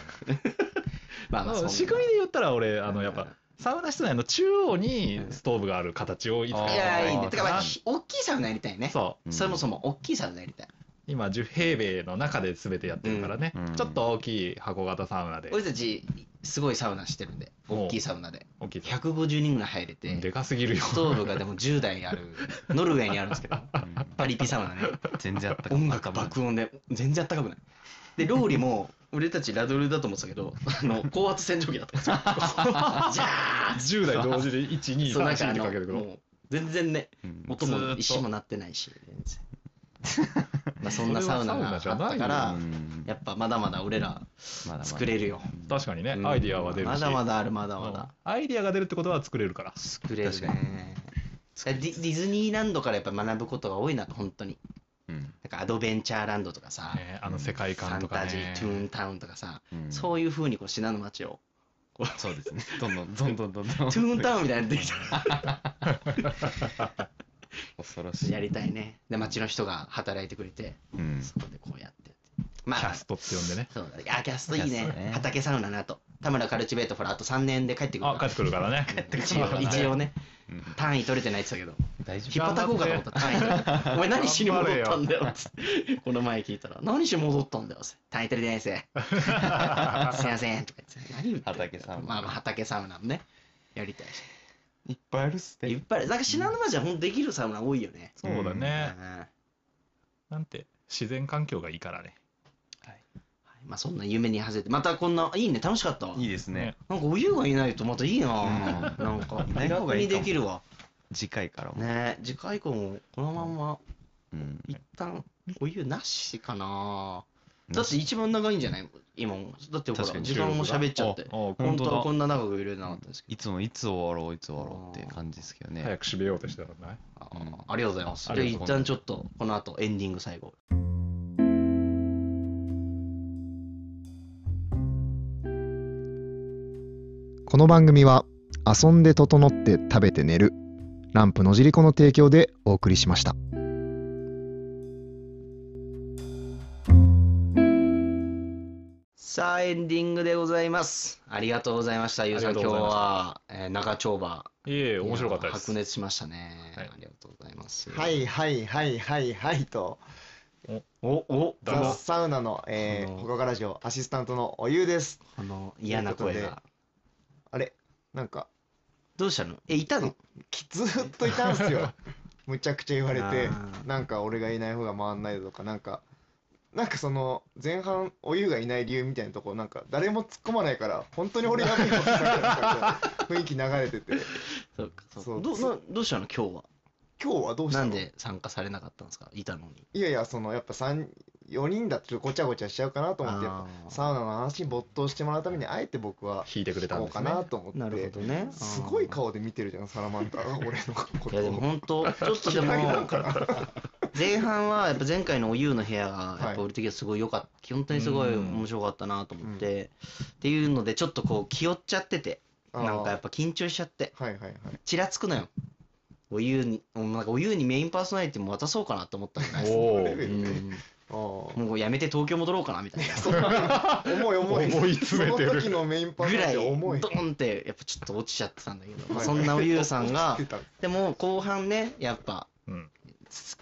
[SPEAKER 2] まあまあそんな
[SPEAKER 4] な仕組みで言ったら俺あのやっ
[SPEAKER 2] う
[SPEAKER 4] ぱ
[SPEAKER 2] ん
[SPEAKER 4] サウナ室内の中央にストーブがある形をいつか
[SPEAKER 2] いやいい
[SPEAKER 3] あ
[SPEAKER 2] ね
[SPEAKER 3] ー
[SPEAKER 2] てかまあ
[SPEAKER 4] な
[SPEAKER 2] ひ大きいサウナやりたいね
[SPEAKER 4] そ
[SPEAKER 3] う
[SPEAKER 4] う
[SPEAKER 3] ん
[SPEAKER 2] そもそも大きいサウナやりたい
[SPEAKER 4] 今10平米の中で全てやってるからね、
[SPEAKER 3] うんうん
[SPEAKER 4] ちょっと大きい箱型サウナで
[SPEAKER 2] 俺たちすごいサウナしてるんで
[SPEAKER 4] お
[SPEAKER 2] 大きいサウナで
[SPEAKER 4] 大きいサウ
[SPEAKER 2] 150人ぐらい入れ
[SPEAKER 4] ナで
[SPEAKER 2] て
[SPEAKER 4] かすぎるよ
[SPEAKER 2] ストー
[SPEAKER 4] (laughs)
[SPEAKER 2] ブがでも10台あるノルウェーにあるんですけど
[SPEAKER 3] うん
[SPEAKER 2] パリピサウナね
[SPEAKER 3] 全然あったか
[SPEAKER 2] 音楽爆音で全然あったかくないでローリも俺たちラドルだと思ってたけどあの高圧洗浄機だったんです
[SPEAKER 4] (laughs)
[SPEAKER 2] よじゃあ
[SPEAKER 4] 10台同時で123
[SPEAKER 2] そうなんか
[SPEAKER 4] 4
[SPEAKER 2] あ
[SPEAKER 4] に
[SPEAKER 2] の
[SPEAKER 4] かけてく
[SPEAKER 2] もう全然ね
[SPEAKER 3] うん
[SPEAKER 2] 音も一
[SPEAKER 4] ずー
[SPEAKER 2] 緒
[SPEAKER 4] っ
[SPEAKER 2] も
[SPEAKER 4] と
[SPEAKER 2] 鳴ってないし
[SPEAKER 4] (laughs)
[SPEAKER 2] 全然まあそんなサウナがあった
[SPEAKER 4] それはサウナじ
[SPEAKER 2] か
[SPEAKER 4] ゃな
[SPEAKER 2] ら
[SPEAKER 3] うん
[SPEAKER 2] やっぱまだまだ俺ら
[SPEAKER 3] まだまだ
[SPEAKER 2] 作れるよ
[SPEAKER 4] 確かにね、
[SPEAKER 2] うん
[SPEAKER 4] アイディアは出るし
[SPEAKER 2] まだまだあるまだま
[SPEAKER 4] うん
[SPEAKER 2] だ
[SPEAKER 4] アイディアが出るってことは作れるから
[SPEAKER 2] 作れるねだからディディズニーランドからやっぱ学ぶことが多いな本当に
[SPEAKER 3] うん
[SPEAKER 2] なんかアドベンチャーランドとかさ、
[SPEAKER 4] ねあの世界
[SPEAKER 2] ファ
[SPEAKER 4] 観
[SPEAKER 2] ン
[SPEAKER 4] とか
[SPEAKER 2] タ
[SPEAKER 4] ね
[SPEAKER 2] ジートゥーンタウンとかさ、
[SPEAKER 3] うん
[SPEAKER 2] そういうふうにこう信濃町
[SPEAKER 4] (laughs)
[SPEAKER 2] を
[SPEAKER 3] そうですね (laughs) どんどんどんどんどんどん
[SPEAKER 2] トゥーンタウンみたいになってきた
[SPEAKER 3] 恐ろし
[SPEAKER 2] (laughs)
[SPEAKER 3] い
[SPEAKER 2] やりたいねで町の人が働いてくれて
[SPEAKER 3] うん
[SPEAKER 2] そこでこうやってま
[SPEAKER 4] キャ
[SPEAKER 2] あ
[SPEAKER 4] ストって呼ん
[SPEAKER 2] (laughs)
[SPEAKER 4] でね
[SPEAKER 2] そうだねあキャストいい
[SPEAKER 3] キャ
[SPEAKER 2] ね
[SPEAKER 3] ストね
[SPEAKER 2] 畑サウナなと田村カルチベートほらあと3年で帰ってくる
[SPEAKER 4] あ
[SPEAKER 2] から
[SPEAKER 4] 帰ってくるからね
[SPEAKER 2] 一応一応ね
[SPEAKER 3] うん
[SPEAKER 2] 単位取れてないって言ってたけど
[SPEAKER 3] 大
[SPEAKER 2] 引
[SPEAKER 3] 丈
[SPEAKER 2] っ張ったこうかと思った単位取れてお前何しに戻ったんだよ」つ
[SPEAKER 3] (laughs)
[SPEAKER 2] ってこの前聞いたら「何しに戻ったんだよ」つって単位取れてないっす
[SPEAKER 3] (laughs)
[SPEAKER 2] すいません」とか言って何言ってんだよ
[SPEAKER 3] 畑サウナ
[SPEAKER 2] まあまあ畑サウナもねやりたいし
[SPEAKER 3] 夫いっぱいあるっす
[SPEAKER 2] いっ
[SPEAKER 3] ね
[SPEAKER 2] ぱいあるなんか信濃町はほんとできるサウナ多いよね
[SPEAKER 4] そうだね、
[SPEAKER 2] うん
[SPEAKER 4] なんて自然環境がいいからね
[SPEAKER 2] まあそんな夢に外れてまたこんないいね楽しかったわ
[SPEAKER 3] いいですね
[SPEAKER 2] なんかお湯がいないとまたいいなぁ、
[SPEAKER 3] うん
[SPEAKER 2] なんか
[SPEAKER 3] いない方が
[SPEAKER 2] 楽
[SPEAKER 3] いい
[SPEAKER 2] に
[SPEAKER 3] かも
[SPEAKER 2] できるわ
[SPEAKER 3] 次回からも
[SPEAKER 2] ねえ次回以降もこのまんま
[SPEAKER 3] うん
[SPEAKER 2] 一旦お湯なしかなぁだって一番長いんじゃない今もだってほら
[SPEAKER 3] 確かに
[SPEAKER 2] 時間も喋っちゃって
[SPEAKER 4] ああ
[SPEAKER 2] 本
[SPEAKER 3] 本
[SPEAKER 2] 当
[SPEAKER 3] 当
[SPEAKER 2] は
[SPEAKER 3] だ
[SPEAKER 2] こんな長くいれなかったんですけ
[SPEAKER 3] いつもいつ終わろういつ終わろうって感じですけどね
[SPEAKER 4] 早く締めようとしてたからね
[SPEAKER 2] ど、
[SPEAKER 3] うん
[SPEAKER 2] あありがとうございます
[SPEAKER 4] あ
[SPEAKER 2] じゃあ
[SPEAKER 4] り
[SPEAKER 2] 一
[SPEAKER 3] がとう
[SPEAKER 2] 旦ちょっとこの後エンディング最後
[SPEAKER 5] この番組は遊んで整って食べて寝るランプのじりこの提供でお送りしました。
[SPEAKER 2] さあエンディングでございますありがとうございましたゆうさん
[SPEAKER 4] あり
[SPEAKER 2] 今
[SPEAKER 4] が
[SPEAKER 2] 日
[SPEAKER 4] とうございまし
[SPEAKER 2] は、えー中丁場
[SPEAKER 4] いえいえ面白かったで
[SPEAKER 2] いや白
[SPEAKER 4] す
[SPEAKER 2] 熱しましたね、
[SPEAKER 4] はい
[SPEAKER 2] ありがとうございます
[SPEAKER 6] はいはいはいはいはいと、
[SPEAKER 4] おおだ
[SPEAKER 6] ザ・
[SPEAKER 4] が
[SPEAKER 6] サウナの、え
[SPEAKER 2] あの
[SPEAKER 6] ー、ほかがラジオアシスタントのおゆうです。
[SPEAKER 2] この嫌な声が
[SPEAKER 6] あれなんか、
[SPEAKER 2] どうしたのえいたの
[SPEAKER 6] きずーっといたんす
[SPEAKER 2] (laughs)
[SPEAKER 6] よ。むちゃくちゃ言われて
[SPEAKER 2] あ、ー
[SPEAKER 6] なんか俺がいない方が回んないだとか、なんか、なんかその、前半、おゆうがいない理由みたいなとこ、なんか誰も突っ込まないから、本当に俺やべえことしたから
[SPEAKER 2] (laughs)
[SPEAKER 6] みたいな雰囲気流れてて、
[SPEAKER 2] そうかそう
[SPEAKER 6] そう
[SPEAKER 2] どうなどうしたの今日は
[SPEAKER 6] 今日はどうした
[SPEAKER 2] な
[SPEAKER 6] の
[SPEAKER 2] んで参加されなかったんですかいたのに
[SPEAKER 6] いやいや、その、やっぱ三4人だとちょっとごちゃごちゃしちゃうかなと思って、やっぱ
[SPEAKER 2] あー
[SPEAKER 6] サウナの話に没頭してもらうために、あえて僕は、
[SPEAKER 4] 引いてくれたん
[SPEAKER 6] こう
[SPEAKER 4] です
[SPEAKER 6] か
[SPEAKER 4] ね
[SPEAKER 6] なと思って。
[SPEAKER 2] なるほどねあー
[SPEAKER 6] すごい顔で見てるじゃん、サ
[SPEAKER 2] (laughs)
[SPEAKER 6] ラマンダーが俺のこ
[SPEAKER 2] い
[SPEAKER 6] と
[SPEAKER 2] やでも
[SPEAKER 6] を。
[SPEAKER 2] 本
[SPEAKER 6] (laughs)
[SPEAKER 2] 当ちょっとでも
[SPEAKER 6] 嫌いなんかな
[SPEAKER 2] 前半はやっぱ前回のおゆうの部屋がやっ
[SPEAKER 6] はい
[SPEAKER 2] ぱ俺的にはすごい良かった基本的にすごい面白かったなと思ってっていうのでちょっとこう気負っちゃっててなんかやっぱ緊張しちゃって
[SPEAKER 6] はいはいはい。
[SPEAKER 2] ちらつくのよお湯に、うんなんかお湯にメインパーソナリティも渡そうかなと思ったんだよね。
[SPEAKER 4] おお
[SPEAKER 6] レベルねあ
[SPEAKER 2] う
[SPEAKER 6] ー
[SPEAKER 2] んもうやめて東京戻ろうかなみ
[SPEAKER 6] (laughs)
[SPEAKER 2] たいな。
[SPEAKER 6] 重い重い
[SPEAKER 4] 思い詰めてる
[SPEAKER 6] その時のメインパーソ
[SPEAKER 2] ぐ
[SPEAKER 6] ナ
[SPEAKER 2] らい、
[SPEAKER 6] リティ重い
[SPEAKER 2] ドーンって、やっぱちょっと落ちちゃってたんだけど、まあ
[SPEAKER 6] はい
[SPEAKER 2] そんなおゆうさん
[SPEAKER 6] (laughs)
[SPEAKER 2] が
[SPEAKER 6] 落ち、てた
[SPEAKER 2] でも後半ね、やっぱ、
[SPEAKER 4] うん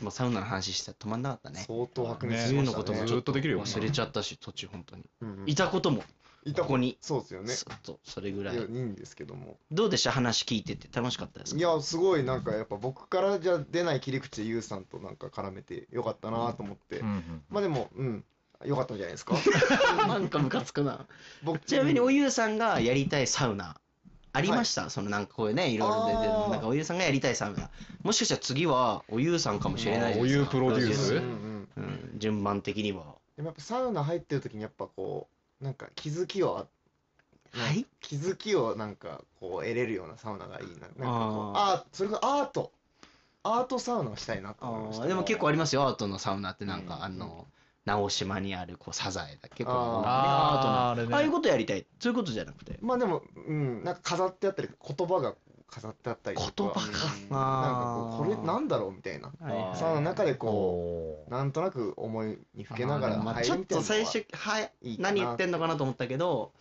[SPEAKER 2] もうサウナの話して止まんなかったね。
[SPEAKER 6] 相当白熱
[SPEAKER 4] ね
[SPEAKER 6] し
[SPEAKER 2] ゆう
[SPEAKER 6] ま
[SPEAKER 2] の
[SPEAKER 6] し
[SPEAKER 2] こと
[SPEAKER 6] た
[SPEAKER 2] も
[SPEAKER 6] ね
[SPEAKER 2] ちょっ
[SPEAKER 4] ずっと
[SPEAKER 2] と
[SPEAKER 4] できるよな
[SPEAKER 2] 忘れちゃったし、途中本当に。
[SPEAKER 6] うんうん
[SPEAKER 2] いたことも、
[SPEAKER 6] い
[SPEAKER 2] ここに
[SPEAKER 6] そうですよね
[SPEAKER 2] そっと、それぐら
[SPEAKER 6] い
[SPEAKER 2] い
[SPEAKER 6] やい。いんですけども
[SPEAKER 2] どうでした話聞いてて楽しかったです
[SPEAKER 6] い
[SPEAKER 2] か
[SPEAKER 6] やすごいなんかやっぱ僕からじゃ出ない切り口でゆうさんとなんか絡めてよかったなと思って、
[SPEAKER 4] うんうん
[SPEAKER 6] まあでもうんよかったんじゃな
[SPEAKER 2] (laughs)
[SPEAKER 6] いですか
[SPEAKER 2] なんかムカつくな。
[SPEAKER 6] 僕
[SPEAKER 2] (laughs) ちなみにおゆうさんがやりたいサウナ、ありました、そのなんかこういうね、いろいろ出てる
[SPEAKER 6] あー
[SPEAKER 2] なんかおゆうさんがやりたいサウナ。もしかしたら次はおゆうさんかもしれないじゃないですか。
[SPEAKER 4] まあおゆうプロデュー
[SPEAKER 6] う
[SPEAKER 4] ス
[SPEAKER 6] んうん
[SPEAKER 2] うん、順番的には。
[SPEAKER 6] でもやっぱサウナ入ってる時にやっぱこうなんか気づきを
[SPEAKER 2] はい
[SPEAKER 6] 気づきをなんかこう得れるようなサウナがいいななんかこう
[SPEAKER 2] あ
[SPEAKER 6] あーそれがアートアートサウナをしたいなと思いました
[SPEAKER 2] あーでも結構ありますよ、アートのサウナって、なん
[SPEAKER 6] う
[SPEAKER 2] か、
[SPEAKER 6] ん
[SPEAKER 2] あの、直島にあるこうサザエだっけ、こう
[SPEAKER 6] あー
[SPEAKER 2] なんかねアー
[SPEAKER 4] あーあれ
[SPEAKER 2] ト
[SPEAKER 4] ね
[SPEAKER 2] の。ああいうことやりたい、そういうことじゃなくて。
[SPEAKER 6] まあでも、うん、なんか飾ってあったり、言葉が飾ってあったりとか、
[SPEAKER 2] 言葉か
[SPEAKER 6] うん
[SPEAKER 2] あ
[SPEAKER 6] なん
[SPEAKER 2] ー
[SPEAKER 6] かこう、これなんだろうみたいな、
[SPEAKER 2] はいはい
[SPEAKER 6] その中でこ
[SPEAKER 4] お
[SPEAKER 6] う、なんとなく思いにふけながら
[SPEAKER 2] あーまあ
[SPEAKER 6] 入
[SPEAKER 2] ち
[SPEAKER 6] る
[SPEAKER 2] ょっ
[SPEAKER 6] みた
[SPEAKER 2] と
[SPEAKER 6] いなのは
[SPEAKER 2] 最初、はい、
[SPEAKER 6] いいかな
[SPEAKER 2] 何言ってんのかなと思ったけど、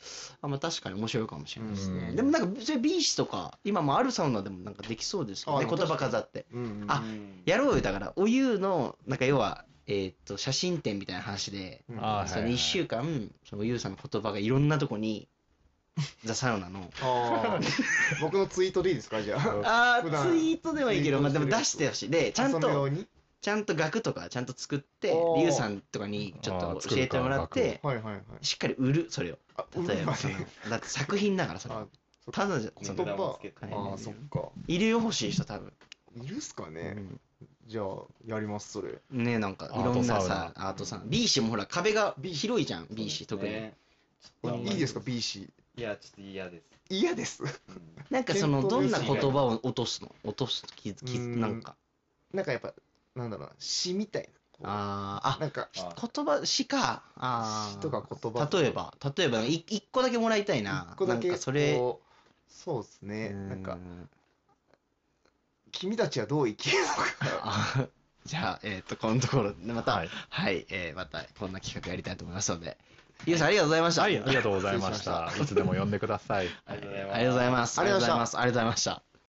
[SPEAKER 2] あまあ、確かに面白いかもしれないですね。
[SPEAKER 4] うん
[SPEAKER 2] でもなんか、それビーチとか、今もあるサウナでもなんかできそうですよね、
[SPEAKER 6] あ
[SPEAKER 2] 言
[SPEAKER 6] ー
[SPEAKER 2] 葉飾って。
[SPEAKER 6] うんうん
[SPEAKER 2] あやろうよ、だから、お湯の、なんか要は、えーっと、写真展みたいな話で、
[SPEAKER 6] うん
[SPEAKER 4] あー
[SPEAKER 2] その1週間、そのおゆうさんの言葉がいろんなとこ
[SPEAKER 6] (laughs)
[SPEAKER 2] に、ザ・サウナの、
[SPEAKER 6] あー僕のツイートでいいですか、じゃあ。
[SPEAKER 2] あ
[SPEAKER 6] 普
[SPEAKER 2] ー
[SPEAKER 6] 段
[SPEAKER 2] ツイートではいいけど、
[SPEAKER 6] ツイ
[SPEAKER 2] ま
[SPEAKER 6] ー
[SPEAKER 2] あ、
[SPEAKER 6] ト
[SPEAKER 2] でも
[SPEAKER 6] してる
[SPEAKER 2] 出してほしい。で、ちゃん
[SPEAKER 6] そのよ
[SPEAKER 2] と、
[SPEAKER 6] うに。
[SPEAKER 2] ちゃんと額とかちゃんと作って、
[SPEAKER 6] おー
[SPEAKER 2] リュウさんとかにちょっ
[SPEAKER 4] あ
[SPEAKER 2] と
[SPEAKER 4] ー
[SPEAKER 2] 教えてもらっ
[SPEAKER 4] 作
[SPEAKER 2] て、
[SPEAKER 6] はいはいはい。
[SPEAKER 2] しっかり売る、それを。
[SPEAKER 6] あ、
[SPEAKER 2] 例えば、
[SPEAKER 6] うまいね
[SPEAKER 2] あのだって作品だから、それ
[SPEAKER 6] あ。そっか
[SPEAKER 2] ただじゃ、
[SPEAKER 6] 言
[SPEAKER 2] そ
[SPEAKER 6] 葉
[SPEAKER 2] の、
[SPEAKER 1] もつけて
[SPEAKER 2] はい
[SPEAKER 6] ああ、そっか。
[SPEAKER 2] いるよ、欲しい人、多分。
[SPEAKER 6] いるっすかね。
[SPEAKER 2] うん
[SPEAKER 6] じゃあ、やります、それ。
[SPEAKER 2] ねなんか、いろんなさ、アートさん。B 氏もほら、壁が広いじゃん、B 氏、特に。
[SPEAKER 1] ね
[SPEAKER 6] え
[SPEAKER 1] あんまり
[SPEAKER 6] いいですか、BC。
[SPEAKER 1] いやちょっと嫌です、
[SPEAKER 6] 嫌です。 (laughs)
[SPEAKER 1] うん
[SPEAKER 2] なんかその、ど
[SPEAKER 6] 検
[SPEAKER 2] ん
[SPEAKER 6] 討
[SPEAKER 2] な
[SPEAKER 6] です
[SPEAKER 2] 言葉を落とすの落とす、きき
[SPEAKER 6] うん
[SPEAKER 2] なんか。
[SPEAKER 6] なんかやっぱ、なんだろうな、詩みたいな。
[SPEAKER 2] あ
[SPEAKER 6] な
[SPEAKER 2] あ、
[SPEAKER 6] んか、
[SPEAKER 1] あ
[SPEAKER 2] あ、言葉、詩か。あ
[SPEAKER 6] 詩
[SPEAKER 2] あ。
[SPEAKER 6] とか言葉とか
[SPEAKER 2] 例えば、例えば、い一個だけもらいたいな。
[SPEAKER 6] 一個だけ
[SPEAKER 2] なんかそれ、
[SPEAKER 6] こうそうですね
[SPEAKER 2] う
[SPEAKER 6] なんか
[SPEAKER 2] ん
[SPEAKER 6] 君たちはどう生きるのか
[SPEAKER 2] あじゃあ、えっと、このところ、また、
[SPEAKER 4] は
[SPEAKER 2] はい
[SPEAKER 4] い、
[SPEAKER 2] えーまた、こんな企画やりたいと思いますので、ゆうさん、ありがとうございました。
[SPEAKER 4] はい、ありがとうございました。いつでも呼んでください。
[SPEAKER 1] ありがとうございます
[SPEAKER 2] ありがとうございます。ありがとうござい
[SPEAKER 6] ありがとうございま
[SPEAKER 2] ます。ありがとうございました。